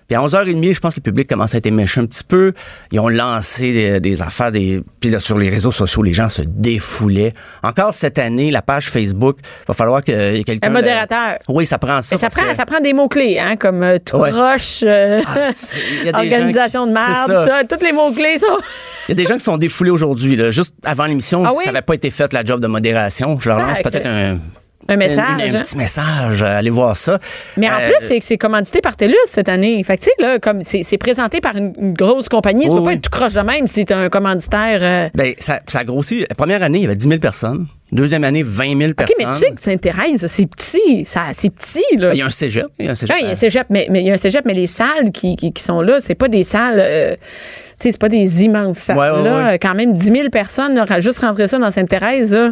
[SPEAKER 5] Puis à 11h30, je pense que le public commence à être méchant un petit peu. Ils ont lancé des, des affaires. Des... Puis là, sur les réseaux sociaux, les gens se défoulaient. Encore cette année, la page Facebook, va falloir qu'il y ait quelqu'un...
[SPEAKER 3] Un modérateur.
[SPEAKER 5] Oui, ça prend ça.
[SPEAKER 3] Mais ça
[SPEAKER 5] parce
[SPEAKER 3] prend,
[SPEAKER 5] que-
[SPEAKER 3] ça prend des mots-clés, hein, comme euh, tout
[SPEAKER 5] Ouais.
[SPEAKER 3] croche, euh,
[SPEAKER 5] Ah, c'est- il y a des
[SPEAKER 3] organisation
[SPEAKER 5] gens
[SPEAKER 3] de
[SPEAKER 5] qui-
[SPEAKER 3] merde,
[SPEAKER 5] c'est ça.
[SPEAKER 3] ça. Tous les mots-clés sont.
[SPEAKER 5] Il y a des gens qui sont défoulés aujourd'hui. là. Juste avant l'émission,
[SPEAKER 3] Ah
[SPEAKER 5] ça
[SPEAKER 3] oui?
[SPEAKER 5] n'avait pas été fait la job de modération. Je leur lance
[SPEAKER 3] Sacre.
[SPEAKER 5] peut-être un,
[SPEAKER 3] Un message.
[SPEAKER 5] un- un
[SPEAKER 3] hein.
[SPEAKER 5] petit message. euh, Allez voir ça.
[SPEAKER 3] Mais en
[SPEAKER 5] Euh,
[SPEAKER 3] plus, c'est que c'est commandité par TELUS cette année. Fait que, tu sais, là, comme c'est c'est présenté par une, une grosse compagnie, tu
[SPEAKER 5] Oui,
[SPEAKER 3] peux pas
[SPEAKER 5] oui.
[SPEAKER 3] être tout croche de même si t'as un commanditaire. euh,
[SPEAKER 5] ben, ça, ça a grossi. La première année, il y avait 10 000 personnes. Deuxième année, 20 000
[SPEAKER 3] OK,
[SPEAKER 5] personnes.
[SPEAKER 3] mais tu sais que Sainte-Thérèse, c'est petit. Ça, c'est petit, là.
[SPEAKER 5] Ben, il y a un cégep. Il y a un cégep. hein.
[SPEAKER 3] Ouais, il y a un cégep, mais, mais il y a un cégep, mais les salles qui, qui, qui sont là, c'est pas des salles, euh, tu sais, c'est pas des immenses salles.
[SPEAKER 5] Ouais, ouais,
[SPEAKER 3] là,
[SPEAKER 5] ouais.
[SPEAKER 3] Euh, quand même, 10 000 personnes, là, juste rentrer ça dans Sainte-Thérèse, là.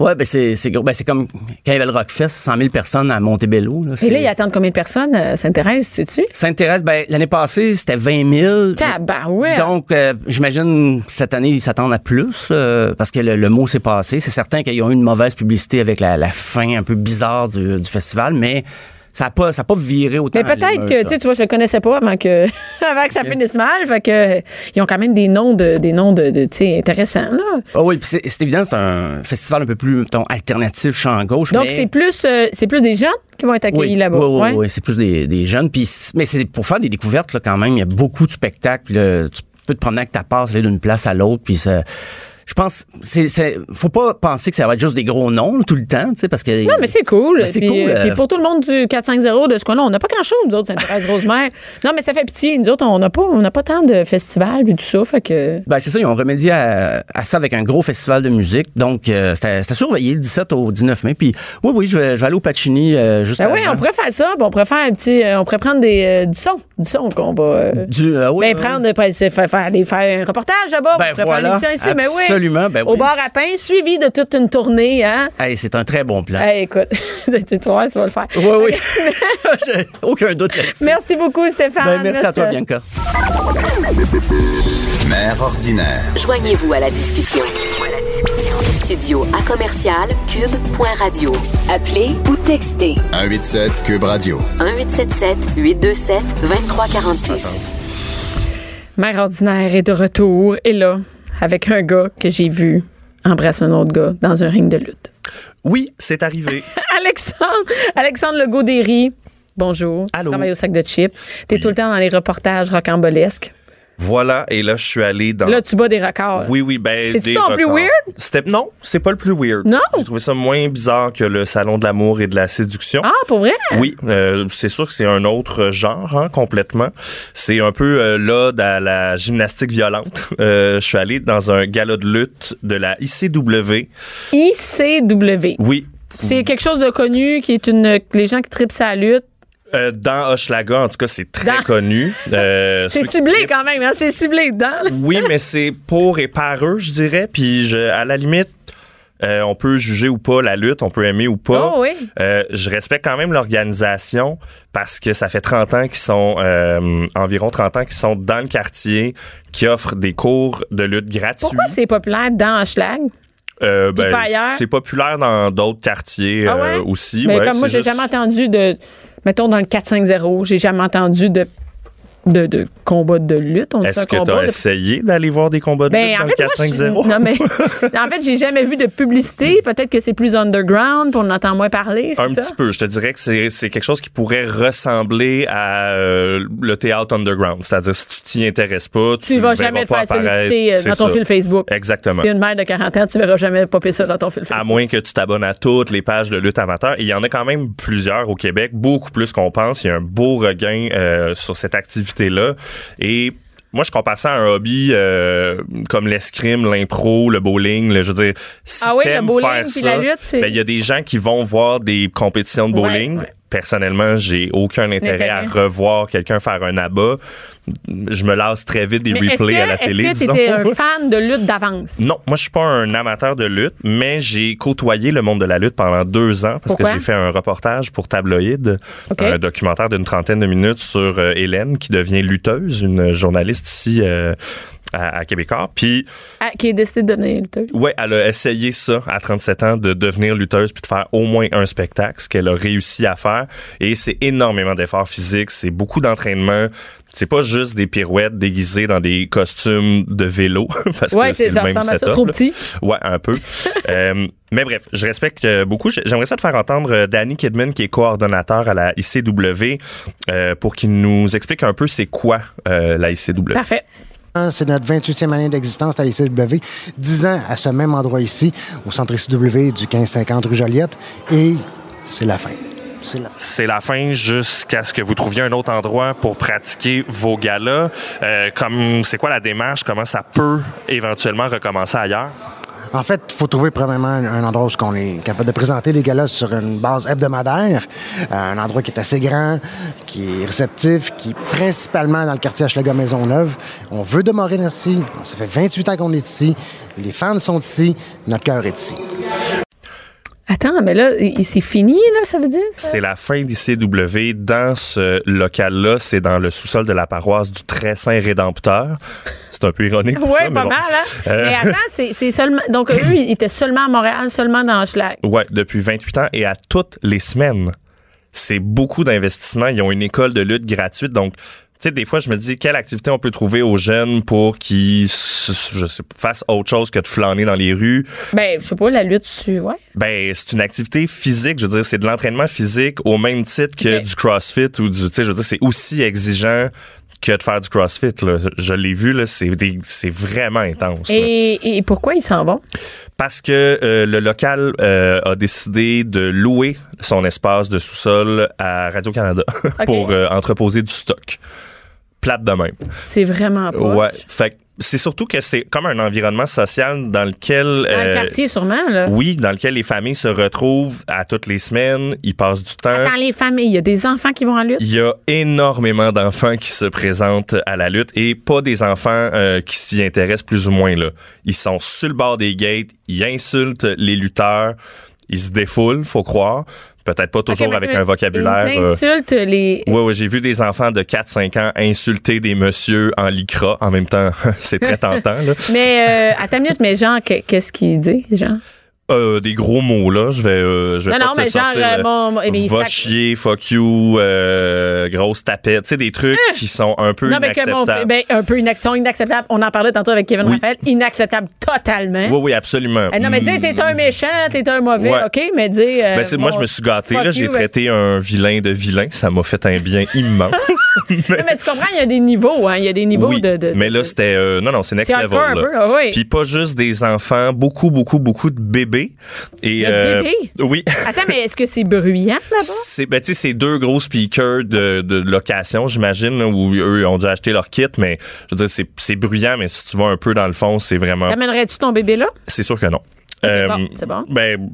[SPEAKER 5] Ouais, ben, c'est, c'est gros. Ben, c'est comme quand il y avait le Rockfest, 100 000 personnes à Montebello. Là,
[SPEAKER 3] Et
[SPEAKER 5] c'est-
[SPEAKER 3] là, ils attendent combien de personnes, euh, Sainte-Thérèse, tu sais-tu?
[SPEAKER 5] Sainte-Thérèse, ben, l'année passée, c'était 20 000.
[SPEAKER 3] Tabarouette!
[SPEAKER 5] Donc, euh, j'imagine cette année, ils s'attendent à plus euh, parce que le, le mot s'est passé. C'est certain qu'ils ont eu une mauvaise publicité avec la, la fin un peu bizarre du, du festival, mais ça n'a pas, ça a pas viré autant.
[SPEAKER 3] Mais peut-être
[SPEAKER 5] l'émeute,
[SPEAKER 3] que,
[SPEAKER 5] là.
[SPEAKER 3] tu sais, tu vois, je le connaissais pas avant que, avant que ça finisse mal. Fait que, euh, ils ont quand même des noms de, des noms de, de, tu sais, intéressants, là.
[SPEAKER 5] Ah oui, puis c'est c'est évident, c'est un festival un peu plus mettons, alternatif, champ gauche.
[SPEAKER 3] Donc,
[SPEAKER 5] mais-
[SPEAKER 3] c'est plus, euh, c'est plus des jeunes qui vont être accueillis
[SPEAKER 5] Oui,
[SPEAKER 3] là-bas.
[SPEAKER 5] oui, oui,
[SPEAKER 3] ouais.
[SPEAKER 5] oui, c'est plus des, des jeunes. Puis, c- mais c'est pour faire des découvertes là, quand même. Il y a beaucoup de spectacles. puis là, tu peux te promener avec ta passe, aller d'une place à l'autre. Puis ça- je pense, c'est, c'est- faut pas penser que ça va être juste des gros noms là, tout le temps, tu sais, parce que
[SPEAKER 3] Non, mais c'est cool.
[SPEAKER 5] Ben, c'est
[SPEAKER 3] puis,
[SPEAKER 5] cool,
[SPEAKER 3] euh,
[SPEAKER 5] euh.
[SPEAKER 3] puis pour tout le monde du 4-5-0 de ce qu'on a, on n'a pas grand-chose, nous autres, Sainte-Thérèse Rosemère. Non, mais ça fait pitié. Nous autres, on n'a pas, on n'a pas tant de festivals et tout ça. Fait que.
[SPEAKER 5] Ben, c'est ça, ils ont remédié à, à ça avec un gros festival de musique. Donc, euh, c'était c'était surveillé le 17 au 19 mai. Puis, oui, oui, je vais, je vais aller au Pacini euh, juste
[SPEAKER 3] Ben oui,
[SPEAKER 5] avant.
[SPEAKER 3] on pourrait faire ça. puis on pourrait faire un petit. euh, on pourrait prendre des, euh, du son. Du son qu'on va. euh,
[SPEAKER 5] Du, euh, oui,
[SPEAKER 3] ben,
[SPEAKER 5] oui.
[SPEAKER 3] prendre, ben, c'est faire, faire- aller faire un reportage là-bas.
[SPEAKER 5] Ben,
[SPEAKER 3] on pourrait
[SPEAKER 5] voilà.
[SPEAKER 3] faire une émission ici, mais oui.
[SPEAKER 5] Absolument, ben
[SPEAKER 3] Au
[SPEAKER 5] oui.
[SPEAKER 3] bar à pain, suivi de toute une tournée, hein.
[SPEAKER 5] Hey, c'est un très bon plan.
[SPEAKER 3] Hey, écoute, tu vois, tu vas le faire.
[SPEAKER 5] Ah. Oui, oui. J'ai aucun doute là-dessus.
[SPEAKER 3] Merci beaucoup, Stéphane.
[SPEAKER 5] Ben, merci à toi,
[SPEAKER 3] Merci.
[SPEAKER 5] Bianca.
[SPEAKER 2] Mère ordinaire.
[SPEAKER 1] Joignez-vous à la discussion. Studio à commercial cube.radio. Appelez ou textez
[SPEAKER 2] 187 Cube Radio.
[SPEAKER 1] 1877 827 2346.
[SPEAKER 3] euh, Mère ordinaire est de retour et là, avec un gars que j'ai vu embrasser un autre gars dans un ring de lutte.
[SPEAKER 8] Oui, c'est arrivé.
[SPEAKER 3] Alexandre, Alexandre Legaudéry, bonjour. Tu
[SPEAKER 8] Allô.
[SPEAKER 3] travailles au sac de chips. T'es tout le temps dans les reportages rocambolesques.
[SPEAKER 8] voilà, et là, je suis allé
[SPEAKER 5] Ah.
[SPEAKER 8] dans.
[SPEAKER 3] Là, tu bats des records.
[SPEAKER 8] Oui, oui, ben.
[SPEAKER 3] C'est-tu
[SPEAKER 8] des
[SPEAKER 3] ton plus
[SPEAKER 8] records.
[SPEAKER 3] weird?
[SPEAKER 8] C'était- Non, c'est pas le plus weird.
[SPEAKER 3] Non?
[SPEAKER 8] J'ai trouvé ça moins bizarre que le salon de l'amour et de la séduction.
[SPEAKER 3] Ah, pour vrai?
[SPEAKER 8] Oui, euh, c'est sûr que c'est un autre genre, hein, complètement. C'est un peu euh, l'ode à la gymnastique violente. Euh, je suis allé dans un gala de lutte de la ICW.
[SPEAKER 3] ICW.
[SPEAKER 8] Oui,
[SPEAKER 5] Hmm.
[SPEAKER 3] C'est quelque chose de connu qui est une. Les gens qui tripent sa lutte.
[SPEAKER 8] euh, dans Hochelaga, en tout cas, c'est très
[SPEAKER 3] Dans-
[SPEAKER 8] connu. Euh,
[SPEAKER 3] C'est
[SPEAKER 8] ceux qui
[SPEAKER 3] ciblé
[SPEAKER 8] trippent-
[SPEAKER 3] quand même, hein? C'est ciblé dedans. là.
[SPEAKER 8] Oui, mais c'est pour et par eux, je dirais. Puis je, à la limite,
[SPEAKER 5] Euh, on peut juger ou pas la lutte, on peut aimer ou pas.
[SPEAKER 3] Oh oui.
[SPEAKER 5] Euh, je respecte quand même l'organisation parce que ça fait 30 ans qu'ils sont, euh, environ 30 ans qu'ils sont dans le quartier, qui offrent des cours de lutte gratuits.
[SPEAKER 3] Pourquoi c'est populaire dans Schlag?
[SPEAKER 5] Euh,
[SPEAKER 3] Puis
[SPEAKER 5] ben,
[SPEAKER 3] pas ailleurs?
[SPEAKER 5] c'est populaire dans d'autres quartiers
[SPEAKER 3] Ah ouais?
[SPEAKER 5] euh, aussi.
[SPEAKER 3] Mais
[SPEAKER 5] ouais,
[SPEAKER 3] comme moi,
[SPEAKER 5] c'est
[SPEAKER 3] j'ai
[SPEAKER 5] juste-
[SPEAKER 3] jamais entendu de. Mettons dans le 4-5-0, j'ai jamais entendu de, de, de combat de lutte. On dit
[SPEAKER 5] Est-ce
[SPEAKER 3] ça,
[SPEAKER 5] que tu
[SPEAKER 3] combat.
[SPEAKER 5] as
[SPEAKER 3] de-
[SPEAKER 5] essayé d'aller voir des combats de lutte
[SPEAKER 3] Ben, en
[SPEAKER 5] dans
[SPEAKER 3] fait,
[SPEAKER 5] le
[SPEAKER 3] moi, je-
[SPEAKER 5] 4-5-0?
[SPEAKER 3] non, mais, en fait, j'ai jamais vu de publicité. Peut-être que c'est plus underground, puis on entend moins parler, c'est
[SPEAKER 5] Un
[SPEAKER 3] ça?
[SPEAKER 5] petit peu. Je te dirais que c'est c'est quelque chose qui pourrait ressembler à euh, le théâtre underground. C'est-à-dire, si tu t'y intéresses pas, tu
[SPEAKER 3] Tu vas
[SPEAKER 5] verras
[SPEAKER 3] jamais te
[SPEAKER 5] Ben, pas
[SPEAKER 3] faire
[SPEAKER 5] apparaître.
[SPEAKER 3] solliciter euh,
[SPEAKER 5] C'est
[SPEAKER 3] dans ton
[SPEAKER 5] ça.
[SPEAKER 3] fil Facebook. Si
[SPEAKER 5] Exactement.
[SPEAKER 3] t'es une mère de 40 ans, tu verras jamais popper ça dans ton fil
[SPEAKER 5] À
[SPEAKER 3] Facebook.
[SPEAKER 5] moins que tu t'abonnes à toutes les pages de lutte amateur. Et il y en a quand même plusieurs au Québec, beaucoup plus qu'on pense. Il y a un beau regain euh, sur cette activité-là. Et moi, je compare ça à un hobby euh, comme l'escrime, l'impro, le bowling. le- je veux dire, si
[SPEAKER 3] Ah oui, le
[SPEAKER 5] t'aimes
[SPEAKER 3] bowling
[SPEAKER 5] faire
[SPEAKER 3] puis la
[SPEAKER 5] ça,
[SPEAKER 3] lutte, c'est-
[SPEAKER 5] ben, il y a des gens qui vont voir des compétitions de
[SPEAKER 3] Ouais,
[SPEAKER 5] bowling.
[SPEAKER 3] ouais.
[SPEAKER 5] Personnellement, j'ai aucun intérêt à
[SPEAKER 3] L'intérêt.
[SPEAKER 5] revoir quelqu'un faire un abat. Je me lasse très vite des
[SPEAKER 3] Mais est-ce
[SPEAKER 5] replays
[SPEAKER 3] que-
[SPEAKER 5] à la télé.
[SPEAKER 3] Est-ce que
[SPEAKER 5] disons. Mm.
[SPEAKER 3] t'étais un fan de lutte d'avance?
[SPEAKER 5] Non, moi je suis pas un amateur de lutte, mais j'ai côtoyé le monde de la lutte pendant deux ans parce
[SPEAKER 3] Pourquoi?
[SPEAKER 5] que j'ai fait un reportage pour Tabloïd,
[SPEAKER 3] Ok.
[SPEAKER 5] un documentaire d'une trentaine de minutes sur euh, Hélène qui devient lutteuse, une journaliste ici euh, à, à Québécois. Puis
[SPEAKER 3] Ah, qui est décidé de devenir lutteur?
[SPEAKER 5] ouais, elle a essayé ça à 37 ans de devenir lutteuse puis de faire au moins un spectacle, ce qu'elle a réussi à faire. Et c'est énormément d'efforts physiques, c'est beaucoup d'entraînement. C'est pas juste des pirouettes déguisées dans des costumes de vélo parce
[SPEAKER 3] Ouais,
[SPEAKER 5] que c'est
[SPEAKER 3] c'est-
[SPEAKER 5] le
[SPEAKER 3] ça
[SPEAKER 5] même
[SPEAKER 3] ressemble à ça.
[SPEAKER 5] setup,
[SPEAKER 3] Trop
[SPEAKER 5] là.
[SPEAKER 3] petit.
[SPEAKER 5] Ouais, un peu. Euh, mais bref, je respecte euh, beaucoup. J- J'aimerais ça te faire entendre euh, Danny Kidman, qui est coordonnateur à la ICW, euh, pour qu'il nous explique un peu c'est quoi euh, la ICW.
[SPEAKER 3] Parfait.
[SPEAKER 9] C'est notre 28e année d'existence à l'ICW. 10 ans à ce même endroit ici, au centre ICW du 1550 rue Joliette. Et c'est la fin. C'est la fin.
[SPEAKER 5] C'est la fin jusqu'à ce que vous trouviez un autre endroit pour pratiquer vos galas. Euh, comme c'est quoi la démarche Comment ça peut éventuellement recommencer ailleurs
[SPEAKER 9] En fait, il faut trouver premièrement un, un endroit où ce qu'on est capable de présenter les galas sur une base hebdomadaire. Euh, un endroit qui est assez grand, qui est réceptif, qui est principalement dans le quartier Hochelaga Maisonneuve. On veut demeurer ici. Ça fait 28 ans qu'on est ici. Les fans sont ici. Notre cœur est ici.
[SPEAKER 3] Attends, mais là, i- i- c'est fini, là, ça veut dire?
[SPEAKER 5] C'est la fin d'ICW dans ce local-là. C'est dans le sous-sol de la paroisse du Très Saint Rédempteur. C'est un peu ironique. tout
[SPEAKER 3] Oui,
[SPEAKER 5] ça,
[SPEAKER 3] pas
[SPEAKER 5] mais
[SPEAKER 3] mal,
[SPEAKER 5] bon.
[SPEAKER 3] hein?
[SPEAKER 5] Euh,
[SPEAKER 3] Mais attends, c'est c'est seulement. Donc, eux, ils étaient seulement à Montréal, seulement dans Schlag.
[SPEAKER 5] Ouais, depuis 28 ans et à toutes les semaines.
[SPEAKER 3] Hein?
[SPEAKER 5] C'est beaucoup d'investissements. Ils ont une école de lutte gratuite. Donc, tu sais, des fois, je me dis, quelle activité on peut trouver aux jeunes pour qu'ils, s- je sais, pas, fassent autre chose que de flâner dans les rues.
[SPEAKER 3] Ben, je sais pas, la lutte, tu. Ouais.
[SPEAKER 5] Ben, c'est une activité physique. Je veux dire, c'est de l'entraînement physique au même titre que
[SPEAKER 3] Mais-
[SPEAKER 5] du CrossFit ou du, tu sais, je veux dire, c'est aussi exigeant que de faire du CrossFit. Là. Je l'ai vu, là, c'est des- c'est vraiment intense. là.
[SPEAKER 3] Et, et pourquoi ils s'en vont?
[SPEAKER 5] parce que euh, le local euh, a décidé de louer son espace de sous-sol à Radio-Canada pour euh, entreposer du stock. Plate de même.
[SPEAKER 3] C'est vraiment pas.
[SPEAKER 5] Ouais. Fait que c'est surtout que c'est comme un environnement social dans lequel.
[SPEAKER 3] Dans le
[SPEAKER 5] euh,
[SPEAKER 3] quartier, sûrement, là.
[SPEAKER 5] oui, dans lequel les familles se retrouvent à toutes les semaines, ils passent du temps.
[SPEAKER 3] Dans les familles, il y a des enfants qui vont à la lutte.
[SPEAKER 5] Il y a énormément d'enfants qui se présentent à la lutte et pas des enfants euh, qui s'y intéressent plus ou moins. Là. Ils sont sur le bord des gates, ils insultent les lutteurs, ils se défoulent, faut croire. Peut-être pas toujours
[SPEAKER 3] Ok, mais
[SPEAKER 5] avec
[SPEAKER 3] eux,
[SPEAKER 5] un vocabulaire.
[SPEAKER 3] Ils
[SPEAKER 5] euh,
[SPEAKER 3] insultent les.
[SPEAKER 5] Ouais, ouais, j'ai vu des enfants de 4-5 ans insulter des messieurs en lycra. En même temps, c'est très tentant. Là.
[SPEAKER 3] Mais, euh, attends une minute, mais genre, que- qu'est-ce qu'ils disent, genre?
[SPEAKER 5] Euh, des gros mots, là. Je vais, euh, je
[SPEAKER 3] Non,
[SPEAKER 5] vais pas
[SPEAKER 3] non,
[SPEAKER 5] te
[SPEAKER 3] mais genre,
[SPEAKER 5] sortir,
[SPEAKER 3] euh,
[SPEAKER 5] le-
[SPEAKER 3] mon- mon- eh bien, il
[SPEAKER 5] va
[SPEAKER 3] sac-
[SPEAKER 5] chier, fuck you, euh, grosse tapette. Tu sais, des trucs qui sont un peu
[SPEAKER 3] Ah! Non, mais que
[SPEAKER 5] inacceptables.
[SPEAKER 3] mon- ben, un peu une action inacceptable. On en parlait tantôt avec Kevin
[SPEAKER 5] Oui.
[SPEAKER 3] Raphaël. Inacceptable totalement.
[SPEAKER 5] Oui, oui, absolument.
[SPEAKER 3] Eh non, mais dis, t'es un méchant, t'es un mauvais,
[SPEAKER 5] Ouais.
[SPEAKER 3] OK? Mais dis. euh,
[SPEAKER 5] Ben, c'est- moi,
[SPEAKER 3] bon,
[SPEAKER 5] je me suis gâté.
[SPEAKER 3] fuck
[SPEAKER 5] là, J'ai
[SPEAKER 3] you, ben-
[SPEAKER 5] traité un vilain de vilain. Ça m'a fait un bien immense.
[SPEAKER 3] Non, mais tu comprends, il y a des niveaux, hein. Il y a des niveaux
[SPEAKER 5] Oui,
[SPEAKER 3] de, de-
[SPEAKER 5] mais là, c'était... euh, non, non, c'est next
[SPEAKER 3] C'est
[SPEAKER 5] level.
[SPEAKER 3] hardcore un
[SPEAKER 5] là.
[SPEAKER 3] peu, ah oui.
[SPEAKER 5] Puis pas juste des enfants, beaucoup, beaucoup, beaucoup de bébés. Et, euh,
[SPEAKER 3] de bébés? Ah,
[SPEAKER 5] Oui.
[SPEAKER 3] Attends, mais est-ce que c'est bruyant là-bas?
[SPEAKER 5] C'est ben, tu sais, c'est deux gros speakers de, de location, j'imagine, là, où eux ont dû acheter leur kit, mais je veux dire, c'est- c'est bruyant, mais si tu vas un peu dans le fond, c'est vraiment...
[SPEAKER 3] T'amènerais-tu ton bébé là?
[SPEAKER 5] C'est sûr que non. Euh,
[SPEAKER 3] bon, c'est bon.
[SPEAKER 5] Ben,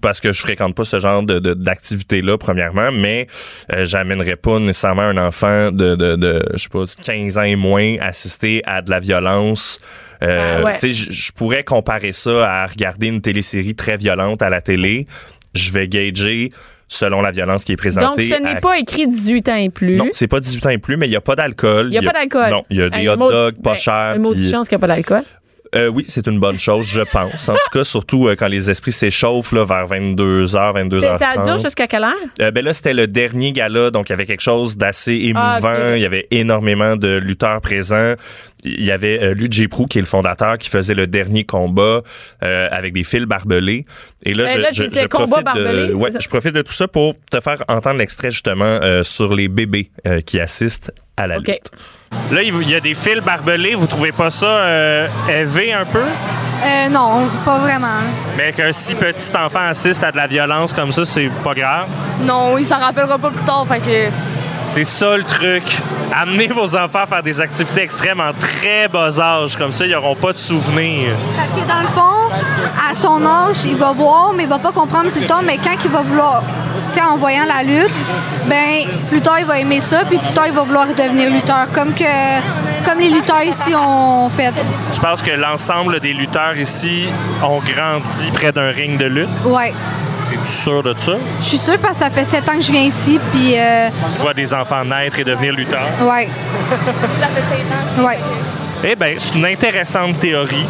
[SPEAKER 5] parce que je fréquente pas ce genre de, de- d'activité-là, premièrement, mais euh, j'amènerais pas nécessairement un enfant de, de, de, je sais pas, 15 ans et moins assister à de la violence. Euh,
[SPEAKER 3] Ah ouais.
[SPEAKER 5] tu sais, je je pourrais comparer ça à regarder une télésérie très violente à la télé. Je vais gager selon la violence qui est
[SPEAKER 3] Donc,
[SPEAKER 5] présentée.
[SPEAKER 3] ce n'est
[SPEAKER 5] à-
[SPEAKER 3] pas écrit 18 ans et plus.
[SPEAKER 5] Non, c'est pas 18 ans et plus, mais il y a pas d'alcool.
[SPEAKER 3] il n'y a pas d'alcool.
[SPEAKER 5] Non, il y a des
[SPEAKER 3] Un
[SPEAKER 5] hot
[SPEAKER 3] mot-
[SPEAKER 5] dogs pas
[SPEAKER 3] ben,
[SPEAKER 5] chers.
[SPEAKER 3] Un mot de
[SPEAKER 5] puis-
[SPEAKER 3] chance qu'il n'y a pas d'alcool.
[SPEAKER 5] euh, oui, c'est une bonne chose, je pense. En tout cas, surtout euh, quand les esprits s'échauffent là, vers 22h,
[SPEAKER 3] C'est-
[SPEAKER 5] 22h30.
[SPEAKER 3] Ça dure jusqu'à quelle heure?
[SPEAKER 5] Euh, ben là, c'était le dernier gala, donc il y avait quelque chose d'assez émouvant.
[SPEAKER 3] Ah, ok.
[SPEAKER 5] Il y avait énormément de lutteurs présents. Il y avait euh, Luc Prou, qui est le fondateur, qui faisait le dernier combat euh, avec des fils barbelés. Et là,
[SPEAKER 3] Euh,
[SPEAKER 5] je,
[SPEAKER 3] là,
[SPEAKER 5] je-
[SPEAKER 3] tu disais
[SPEAKER 5] je
[SPEAKER 3] combat
[SPEAKER 5] profite de,
[SPEAKER 3] barbelé,
[SPEAKER 5] ouais,
[SPEAKER 3] c'est ça?
[SPEAKER 5] je profite de tout ça pour te faire entendre l'extrait justement euh, sur les bébés euh, qui assistent à la
[SPEAKER 3] OK.
[SPEAKER 5] lutte. Là, il y a des fils barbelés. Vous trouvez pas ça euh, élevé un peu?
[SPEAKER 9] Euh, non, pas vraiment.
[SPEAKER 5] Mais qu'un si petit enfant assiste à de la violence comme ça, c'est pas grave.
[SPEAKER 9] Non, il s'en rappellera pas plus tard, fait que...
[SPEAKER 5] C'est ça le truc. Amenez vos enfants à faire des activités extrêmes en très bas âge. Comme ça, ils n'auront pas de souvenirs.
[SPEAKER 9] Parce que dans le fond, à son âge, il va voir, mais il va pas comprendre plus tard, mais quand il va vouloir, tu sais, en voyant la lutte, ben, plus tard, il va aimer ça, puis plus tard, il va vouloir devenir lutteur, comme que... Comme les lutteurs ici ont fait.
[SPEAKER 5] Tu penses que l'ensemble des lutteurs ici ont grandi près d'un ring de lutte?
[SPEAKER 9] Ouais.
[SPEAKER 5] Es-tu sûr de ça?
[SPEAKER 9] Je suis sûre parce que ça fait sept ans que je viens ici, puis... euh,
[SPEAKER 5] Tu vois des enfants naître et devenir lutteurs?
[SPEAKER 9] ouais. Ouais.
[SPEAKER 5] Eh bien, c'est une intéressante théorie.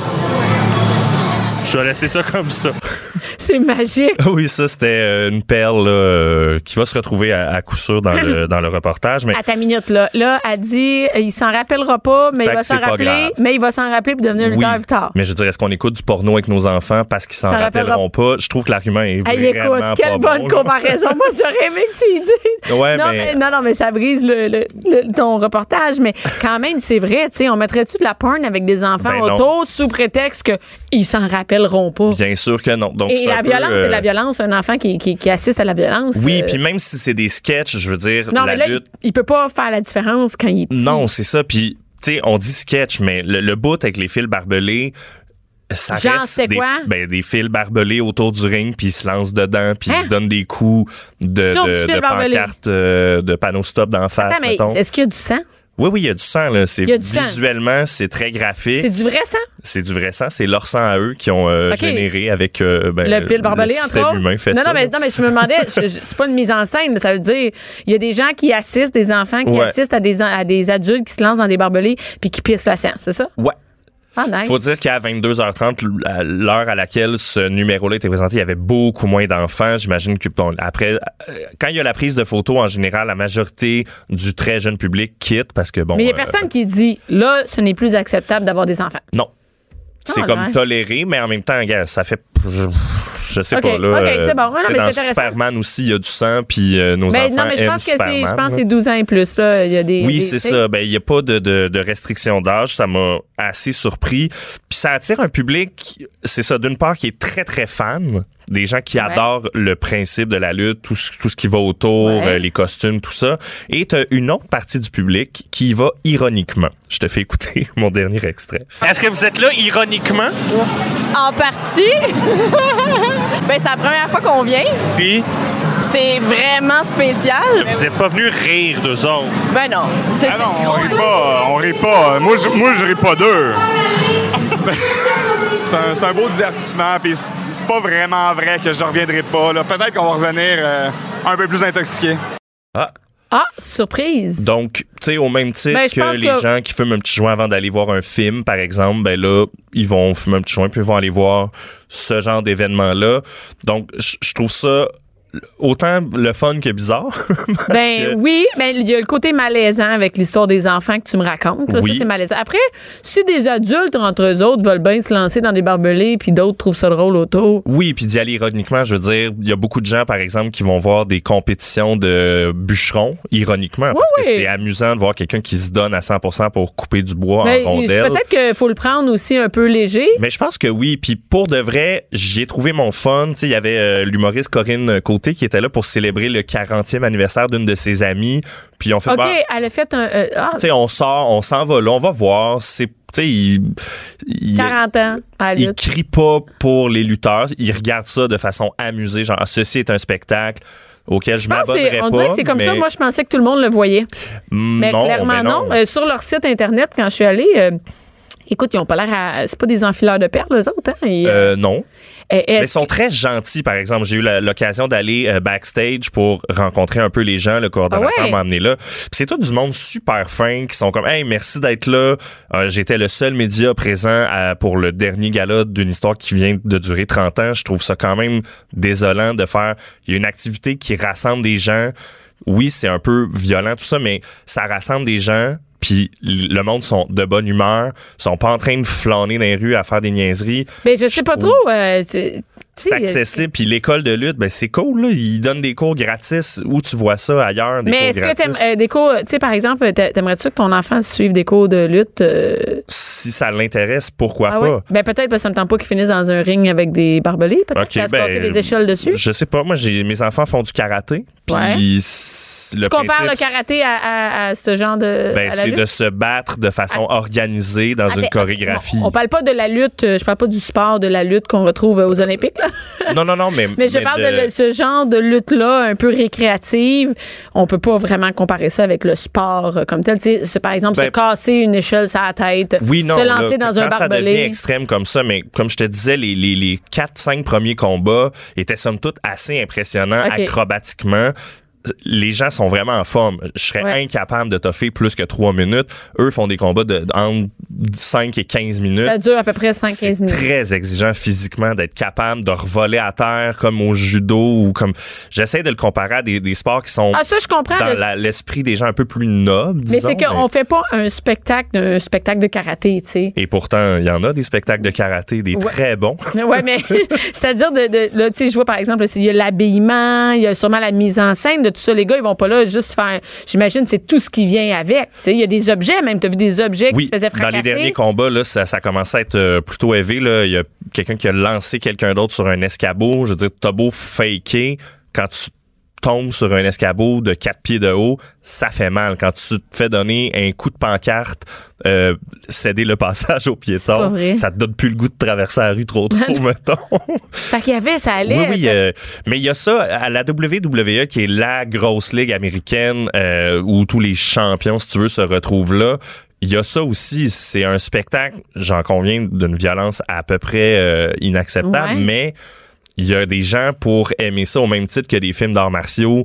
[SPEAKER 5] Je vais laisser ça comme ça.
[SPEAKER 3] C'est magique.
[SPEAKER 5] Ah Oui, ça, c'était euh, une perle là, euh, qui va se retrouver à, à coup sûr dans le, dans le reportage. Mais
[SPEAKER 3] À ta minute, là. Là, elle dit, euh, il s'en rappellera pas, mais il
[SPEAKER 5] Fait que
[SPEAKER 3] va s'en
[SPEAKER 5] c'est pas grave.
[SPEAKER 3] rappeler, mais il va s'en rappeler puis devenir lutteur plus tard.
[SPEAKER 5] Mais je dirais, est-ce qu'on écoute du porno avec nos enfants parce qu'ils s'en
[SPEAKER 3] Ça
[SPEAKER 5] rappelleront
[SPEAKER 3] rappellera-
[SPEAKER 5] pas? Je trouve que l'argument est
[SPEAKER 3] Hey,
[SPEAKER 5] vraiment
[SPEAKER 3] écoute,
[SPEAKER 5] pas
[SPEAKER 3] quelle
[SPEAKER 5] bon,
[SPEAKER 3] bonne
[SPEAKER 5] là.
[SPEAKER 3] comparaison. Moi, j'aurais aimé que tu y dises.
[SPEAKER 5] Ouais,
[SPEAKER 3] non,
[SPEAKER 5] mais-
[SPEAKER 3] non, non, mais ça brise le, le- le- ton reportage. Mais quand même, c'est vrai, tu sais, on mettrait-tu de la porn avec des enfants
[SPEAKER 5] Ben non.
[SPEAKER 3] autour sous prétexte qu'ils s'en rappelleront pas?
[SPEAKER 5] Bien sûr que non. Donc,
[SPEAKER 3] Et
[SPEAKER 5] c'est
[SPEAKER 3] la
[SPEAKER 5] un peu,
[SPEAKER 3] violence,
[SPEAKER 5] euh,
[SPEAKER 3] c'est la violence. Un enfant qui, qui, qui assiste à la violence.
[SPEAKER 5] Oui,
[SPEAKER 3] euh,
[SPEAKER 5] puis même si c'est des sketchs, je veux dire,
[SPEAKER 3] Non,
[SPEAKER 5] la
[SPEAKER 3] mais là,
[SPEAKER 5] lutte.
[SPEAKER 3] il, il peut pas faire la différence quand il est petit.
[SPEAKER 5] Non, c'est ça. Puis, tu sais, on dit sketch, mais le, le bout avec les fils barbelés, ça
[SPEAKER 3] Genre,
[SPEAKER 5] reste
[SPEAKER 3] c'est
[SPEAKER 5] des,
[SPEAKER 3] quoi?
[SPEAKER 5] ben, des fils barbelés autour du ring, puis ils se lancent dedans, puis ils
[SPEAKER 3] Hein?
[SPEAKER 5] se donnent des coups de,
[SPEAKER 3] Sur du
[SPEAKER 5] de,
[SPEAKER 3] fil
[SPEAKER 5] de
[SPEAKER 3] barbelé.
[SPEAKER 5] pancartes, euh, de panneaux stop d'en face,
[SPEAKER 3] Attends, mais
[SPEAKER 5] mettons.
[SPEAKER 3] est-ce qu'il y a du sang?
[SPEAKER 5] Oui, oui, il y a du sang, là. C'est
[SPEAKER 3] Il y a du sang.
[SPEAKER 5] visuellement, c'est très graphique.
[SPEAKER 3] C'est du vrai sang?
[SPEAKER 5] C'est du vrai sang, c'est leur sang à eux qui ont euh,
[SPEAKER 3] Ok.
[SPEAKER 5] généré avec euh, ben,
[SPEAKER 3] le fil barbelé,
[SPEAKER 5] le
[SPEAKER 3] entre
[SPEAKER 5] système
[SPEAKER 3] autres.
[SPEAKER 5] humain fait
[SPEAKER 3] non,
[SPEAKER 5] ça.
[SPEAKER 3] non, mais, non, mais je me demandais, je- je- c'est pas une mise en scène, mais ça veut dire, il y a des gens qui assistent, des enfants qui
[SPEAKER 5] Ouais.
[SPEAKER 3] assistent à des, en- à des adultes qui se lancent dans des barbelés puis qui pissent la sang, c'est ça?
[SPEAKER 5] Ouais.
[SPEAKER 3] Ah, nice.
[SPEAKER 5] Faut dire qu'à 22h30, l- à l'heure à laquelle ce numéro-là était présenté, il y avait beaucoup moins d'enfants. J'imagine que bon, après, euh, quand il y a la prise de photos, en général, la majorité du très jeune public quitte parce que bon.
[SPEAKER 3] mais il y a
[SPEAKER 5] euh,
[SPEAKER 3] personne qui dit, là, ce n'est plus acceptable d'avoir des enfants.
[SPEAKER 5] non. C'est
[SPEAKER 3] Ah,
[SPEAKER 5] comme
[SPEAKER 3] ouais.
[SPEAKER 5] toléré, mais en même temps, gars, ça fait. Je, je sais
[SPEAKER 3] Ok,
[SPEAKER 5] pas, là.
[SPEAKER 3] ok,
[SPEAKER 5] euh,
[SPEAKER 3] c'est bon. Ouais, non,
[SPEAKER 5] tu sais,
[SPEAKER 3] mais
[SPEAKER 5] dans
[SPEAKER 3] c'est intéressant.
[SPEAKER 5] Superman aussi, il y a du sang, puis euh, nos
[SPEAKER 3] Mais
[SPEAKER 5] enfants
[SPEAKER 3] non, mais je
[SPEAKER 5] aiment
[SPEAKER 3] pense que c'est, je
[SPEAKER 5] Superman,
[SPEAKER 3] pense que
[SPEAKER 5] là.
[SPEAKER 3] c'est 12 ans et plus, là. Il y a des.
[SPEAKER 5] Oui,
[SPEAKER 3] des-
[SPEAKER 5] c'est
[SPEAKER 3] tu sais,
[SPEAKER 5] ça. Ben, il n'y a pas de, de, de restriction d'âge. Ça m'a assez surpris. Puis ça attire un public, c'est ça, d'une part, qui est très, très fan. Des gens qui adorent le principe de la lutte, tout ce, tout ce qui va autour,
[SPEAKER 3] Ouais.
[SPEAKER 5] euh, les costumes, tout ça. Et t'as une autre partie du public qui y va ironiquement. Je te fais écouter mon dernier extrait. Est-ce que vous êtes là ironiquement?
[SPEAKER 10] En partie. ben, c'est la première fois qu'on vient.
[SPEAKER 5] Puis,
[SPEAKER 10] C'est vraiment spécial.
[SPEAKER 5] vous n'êtes pas venu rire d'eux autres.
[SPEAKER 10] Ben non, c'est
[SPEAKER 5] Ah
[SPEAKER 10] ça.
[SPEAKER 2] rit
[SPEAKER 5] Euh,
[SPEAKER 2] pas, on rit pas. Moi, je, moi, je ris pas d'eux. c'est, un, c'est un beau divertissement, puis c'est- c'est pas vraiment vrai que je reviendrai pas. là. Peut-être qu'on va revenir euh, un peu plus intoxiqué.
[SPEAKER 5] Ah,
[SPEAKER 3] Ah, surprise!
[SPEAKER 5] Donc, tu sais, au même titre
[SPEAKER 3] Ben, je
[SPEAKER 5] que
[SPEAKER 3] pense
[SPEAKER 5] les
[SPEAKER 3] que-
[SPEAKER 5] gens qui fument un petit joint avant d'aller voir un film, par exemple, ben là, ils vont fumer un petit joint puis ils vont aller voir ce genre d'événement-là. Donc, je je trouve ça autant le fun que bizarre.
[SPEAKER 3] Ben
[SPEAKER 5] que-
[SPEAKER 3] oui, ben il y a le côté malaisant avec l'histoire des enfants que tu me racontes. là,
[SPEAKER 5] Oui.
[SPEAKER 3] Ça, c'est malaisant. Après, si des adultes entre eux autres veulent bien se lancer dans des barbelés, puis d'autres trouvent ça drôle autour.
[SPEAKER 5] Oui, puis d'y aller ironiquement, je veux dire, il y a beaucoup de gens, par exemple, qui vont voir des compétitions de bûcherons, ironiquement, parce
[SPEAKER 3] oui.
[SPEAKER 5] que c'est amusant de voir quelqu'un qui se donne à 100% pour couper du bois
[SPEAKER 3] Ben,
[SPEAKER 5] en
[SPEAKER 3] il-
[SPEAKER 5] rondelles.
[SPEAKER 3] peut-être qu'il faut le prendre aussi un peu léger.
[SPEAKER 5] Mais je pense que oui. Puis pour de vrai, j'y ai trouvé mon fun. Tu sais, il y avait euh, l'humoriste Corinne Côté qui était là pour célébrer le 40e anniversaire d'une de ses amies. Puis on fait,
[SPEAKER 3] OK,
[SPEAKER 5] bah,
[SPEAKER 3] elle a fait un. euh, ah,
[SPEAKER 5] tu sais, on sort, on s'en va là, on va voir. C'est tu sais, sais, il, il-
[SPEAKER 3] 40 ans à la
[SPEAKER 5] il
[SPEAKER 3] lutte.
[SPEAKER 5] crie pas pour les lutteurs. Il regarde ça de façon amusée, genre ceci est un spectacle auquel je
[SPEAKER 3] Je pense que
[SPEAKER 5] m'abonnerai
[SPEAKER 3] c'est-
[SPEAKER 5] pas.
[SPEAKER 3] on dirait que c'est comme ça.
[SPEAKER 5] mais-
[SPEAKER 3] Moi, je pensais que tout le monde le voyait.
[SPEAKER 5] Mm,
[SPEAKER 3] Mais
[SPEAKER 5] non,
[SPEAKER 3] clairement,
[SPEAKER 5] ben
[SPEAKER 3] non. Euh, sur leur site Internet, quand je suis allée, euh, écoute, ils ont pas l'air à. C'est pas des enfileurs de perles, eux autres. Hein? Ils-
[SPEAKER 5] Euh, non.
[SPEAKER 3] Et-
[SPEAKER 5] Mais
[SPEAKER 3] est-ce
[SPEAKER 5] ils sont très gentils, par exemple. J'ai eu la- l'occasion d'aller euh, backstage pour rencontrer un peu les gens. Le coordonnateur
[SPEAKER 3] Ah ouais?
[SPEAKER 5] m'a amené là. Puis c'est tout du monde super fin qui sont comme Hey, merci d'être là. Euh, J'étais le seul média présent à- pour le dernier gala d'une histoire qui vient de durer 30 ans. Je trouve ça quand même désolant de faire. Il y a une activité qui rassemble des gens. Oui, c'est un peu violent, tout ça, mais ça rassemble des gens. Puis l- le monde sont de bonne humeur, sont pas en train de flâner dans les rues à faire des niaiseries.
[SPEAKER 3] Ben, je sais pas
[SPEAKER 5] trouve-
[SPEAKER 3] trop. euh, c'est tu
[SPEAKER 5] C'est
[SPEAKER 3] sais,
[SPEAKER 5] accessible. Puis l'école de lutte, ben c'est cool. Là. Ils donnent des cours gratis. Où tu vois ça ailleurs, des
[SPEAKER 3] Mais
[SPEAKER 5] cours
[SPEAKER 3] est-ce que
[SPEAKER 5] gratis?
[SPEAKER 3] t'aimes euh, des cours, tu sais, par exemple, t'a- t'aimerais-tu que ton enfant suive des cours de lutte? euh,
[SPEAKER 5] Si ça l'intéresse, pourquoi
[SPEAKER 3] ah
[SPEAKER 5] pas?
[SPEAKER 3] oui? Ben peut-être, parce que ça me tente pas qu'ils finissent dans un ring avec des barbelés, peut-être,
[SPEAKER 5] Ok,
[SPEAKER 3] qu'ils fassent
[SPEAKER 5] ben,
[SPEAKER 3] passer les échelles dessus.
[SPEAKER 5] Je sais pas. Moi, j'ai mes enfants font du karaté. Puis
[SPEAKER 3] Ouais.
[SPEAKER 5] s- le
[SPEAKER 3] tu compares
[SPEAKER 5] principe,
[SPEAKER 3] le karaté à, à- à ce genre de.
[SPEAKER 5] ben,
[SPEAKER 3] à la Ah.
[SPEAKER 5] c'est
[SPEAKER 3] lutte?
[SPEAKER 5] de se battre de façon organisée dans
[SPEAKER 3] Attends,
[SPEAKER 5] une chorégraphie.
[SPEAKER 3] ben, ah, On parle pas de la lutte, euh, je parle pas du sport de la lutte qu'on retrouve aux Olympiques, là.
[SPEAKER 5] non, non, non, mais.
[SPEAKER 3] Mais je parle de, le- ce genre de lutte-là, un peu récréative. On peut pas vraiment comparer ça avec le sport euh, comme tel. Tu sais, c'est, par exemple,
[SPEAKER 5] Ben,
[SPEAKER 3] se casser une échelle sur la tête,
[SPEAKER 5] Oui, non.
[SPEAKER 3] se lancer
[SPEAKER 5] là,
[SPEAKER 3] dans
[SPEAKER 5] quand
[SPEAKER 3] un
[SPEAKER 5] ça devient
[SPEAKER 3] barbelé.
[SPEAKER 5] extrême comme ça, mais comme je te disais, les, les, les 4-5 premiers combats étaient somme toute assez impressionnants
[SPEAKER 3] Ok.
[SPEAKER 5] acrobatiquement. Les gens sont vraiment en forme. Je serais
[SPEAKER 3] Ouais.
[SPEAKER 5] incapable de toffer plus que 3 minutes. Eux font des combats de entre 5 et 15 minutes.
[SPEAKER 3] Ça dure à peu près 5-15
[SPEAKER 5] C'est
[SPEAKER 3] minutes.
[SPEAKER 5] très exigeant physiquement d'être capable de revoler à terre comme au judo ou comme. J'essaie de le comparer à des, des sports qui sont
[SPEAKER 3] Ah, ça, je comprends,
[SPEAKER 5] dans
[SPEAKER 3] le-
[SPEAKER 5] la- l'esprit des gens un peu plus nobles.
[SPEAKER 3] Mais
[SPEAKER 5] disons,
[SPEAKER 3] c'est qu'on fait pas un spectacle d'un spectacle de karaté, tu sais.
[SPEAKER 5] et pourtant, il y en a des spectacles de karaté, des
[SPEAKER 3] Ouais.
[SPEAKER 5] très bons.
[SPEAKER 3] Ouais, mais c'est-à-dire de, de- là, tu sais, je vois par exemple, il y a l'habillement, il y a sûrement la mise en scène de tout ça. Les gars, ils vont pas là juste faire. J'imagine, c'est tout ce qui vient avec. Tu sais, il y a des objets, même. T'as vu des objets qui
[SPEAKER 5] Oui,
[SPEAKER 3] se faisaient
[SPEAKER 5] dans
[SPEAKER 3] fracasser.
[SPEAKER 5] les derniers combats, là, ça, ça commençait à être euh, plutôt élevé. Là. Il y a quelqu'un qui a lancé quelqu'un d'autre sur un escabeau. Je veux dire, t'as beau faker, quand tu tombes sur un escabeau de quatre pieds de haut, ça fait mal. Quand tu te fais donner un coup de pancarte, euh, céder le passage au
[SPEAKER 3] pas
[SPEAKER 5] piéton,
[SPEAKER 3] vrai.
[SPEAKER 5] ça te donne plus le goût de traverser la rue trop trop, mettons.
[SPEAKER 3] Fait qu'il y avait, ça allait.
[SPEAKER 5] Oui, oui. euh, mais il y a ça à la WWE, qui est la grosse ligue américaine euh, où tous les champions, si tu veux, se retrouvent là. Il y a ça aussi. C'est un spectacle, j'en conviens, d'une violence à peu près euh, inacceptable,
[SPEAKER 8] Ouais.
[SPEAKER 5] mais il y a des gens pour aimer ça au même titre que des films d'arts martiaux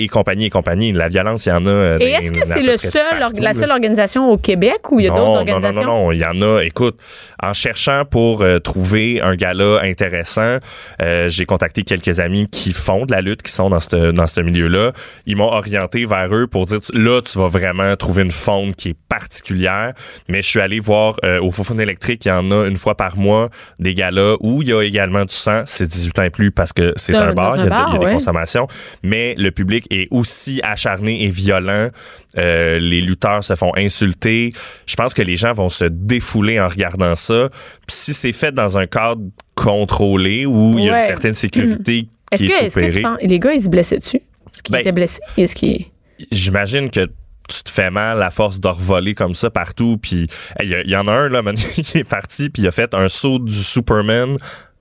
[SPEAKER 5] et compagnie et compagnie. La violence, il y en a. euh,
[SPEAKER 3] Et
[SPEAKER 5] dans-
[SPEAKER 3] est-ce que
[SPEAKER 5] à
[SPEAKER 3] c'est
[SPEAKER 5] peu
[SPEAKER 3] le
[SPEAKER 5] près
[SPEAKER 3] seul, or-
[SPEAKER 5] partout,
[SPEAKER 3] la
[SPEAKER 5] là.
[SPEAKER 3] seule organisation au Québec ou il y a
[SPEAKER 5] Non,
[SPEAKER 3] d'autres
[SPEAKER 5] non, non,
[SPEAKER 3] organisations?
[SPEAKER 5] non, non, il y en a. Écoute, en cherchant pour euh, trouver un gala intéressant, euh, j'ai contacté quelques amis qui font de la lutte, qui sont dans ce dans ce milieu-là. Ils m'ont orienté vers eux pour dire, tu- là, tu vas vraiment trouver une faune qui est particulière. Mais je suis allé voir euh, au Fofone électrique, il y en a une fois par mois des galas où il y a également du sang. C'est 18 ans et plus parce que c'est
[SPEAKER 8] Dans-
[SPEAKER 5] un
[SPEAKER 8] dans
[SPEAKER 5] bar,
[SPEAKER 8] un
[SPEAKER 5] il y a, de-
[SPEAKER 8] bar,
[SPEAKER 5] il y a des
[SPEAKER 8] ouais.
[SPEAKER 5] consommation, mais le public est aussi acharné et violent. Euh, les lutteurs se font insulter. Je pense que les gens vont se défouler en regardant ça. Puis si c'est fait dans un cadre contrôlé où il y a
[SPEAKER 3] Ouais.
[SPEAKER 5] une certaine sécurité
[SPEAKER 3] Mm. Est-ce
[SPEAKER 5] qui
[SPEAKER 3] que,
[SPEAKER 5] est,
[SPEAKER 3] est-ce que tu
[SPEAKER 5] opérée,
[SPEAKER 3] penses- les gars, ils se blessaient dessus? Est-ce qu'ils
[SPEAKER 5] Ben,
[SPEAKER 3] étaient blessés? Est-ce qu'ils.
[SPEAKER 5] j'imagine que tu te fais mal à force de revoler comme ça partout. Puis hey, il y, a- il y en a un là, maintenant, qui est parti puis il a fait un saut du Superman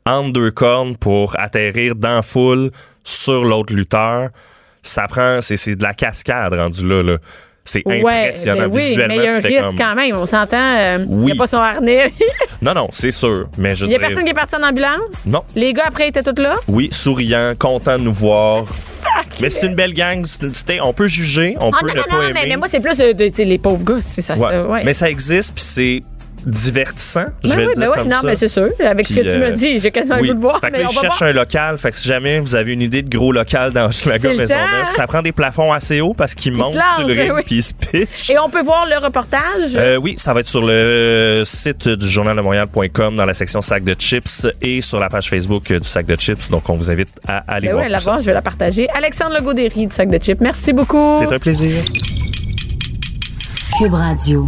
[SPEAKER 5] entre deux cornes pour atterrir dans la foule sur l'autre lutteur. Ça prend, c'est c'est de la cascade rendu là. là. C'est
[SPEAKER 3] ben
[SPEAKER 5] impressionnant
[SPEAKER 3] oui,
[SPEAKER 5] visuellement.
[SPEAKER 3] mais il y a un
[SPEAKER 5] tu fais
[SPEAKER 3] risque
[SPEAKER 5] comme-
[SPEAKER 3] quand même. On s'entend, euh, il n'y a
[SPEAKER 5] Oui.
[SPEAKER 3] pas son harnais.
[SPEAKER 5] Non, non, c'est sûr. Mais je
[SPEAKER 3] Il n'y a
[SPEAKER 5] dirais-
[SPEAKER 3] personne qui est parti en ambulance.
[SPEAKER 5] Non.
[SPEAKER 3] Les gars, après, étaient tous là.
[SPEAKER 5] Oui, souriant, content de nous voir. Mais c'est une belle gang. c'est une- c'était- On peut juger, on
[SPEAKER 3] Ah,
[SPEAKER 5] peut
[SPEAKER 3] non,
[SPEAKER 5] ne
[SPEAKER 3] non,
[SPEAKER 5] pas
[SPEAKER 3] non,
[SPEAKER 5] aimer.
[SPEAKER 3] mais, mais moi, c'est plus euh, de- tu sais, les pauvres gars, c'est ça.
[SPEAKER 5] Ouais.
[SPEAKER 3] ça, ouais.
[SPEAKER 5] Mais ça existe, puis c'est divertissant. Je
[SPEAKER 3] Ben
[SPEAKER 5] vais
[SPEAKER 3] oui,
[SPEAKER 5] le
[SPEAKER 3] ben
[SPEAKER 5] dire
[SPEAKER 3] oui,
[SPEAKER 5] comme
[SPEAKER 3] non,
[SPEAKER 5] ça. euh,
[SPEAKER 3] mais c'est sûr. Avec ce que tu me dis, j'ai quasiment le
[SPEAKER 5] oui.
[SPEAKER 3] goût de voir,
[SPEAKER 5] Fait que
[SPEAKER 3] mais
[SPEAKER 5] là,
[SPEAKER 3] on
[SPEAKER 5] je
[SPEAKER 3] va
[SPEAKER 5] cherche
[SPEAKER 3] voir.
[SPEAKER 5] un local. Fait que si jamais vous avez une idée de gros local dans Chicago
[SPEAKER 3] C'est le
[SPEAKER 5] Maisonneuve,
[SPEAKER 3] temps.
[SPEAKER 5] ça prend des plafonds assez hauts parce qu'ils
[SPEAKER 3] Ils se
[SPEAKER 5] montent
[SPEAKER 3] lancent,
[SPEAKER 5] sur le ring
[SPEAKER 3] ben oui.
[SPEAKER 5] puis ils se pitchent.
[SPEAKER 3] Et on peut voir le reportage.
[SPEAKER 5] Euh, oui, ça va être sur le site du journal de Montréal.com dans la section sac de chips et sur la page Facebook euh, du sac de chips. Donc, on vous invite à aller
[SPEAKER 3] Ben
[SPEAKER 5] voir.
[SPEAKER 3] oui, la
[SPEAKER 5] tout ça.
[SPEAKER 3] voir, je vais la partager. Alexandre Legaudéry du sac de chips. Merci beaucoup.
[SPEAKER 5] C'est un plaisir.
[SPEAKER 11] Cube Radio.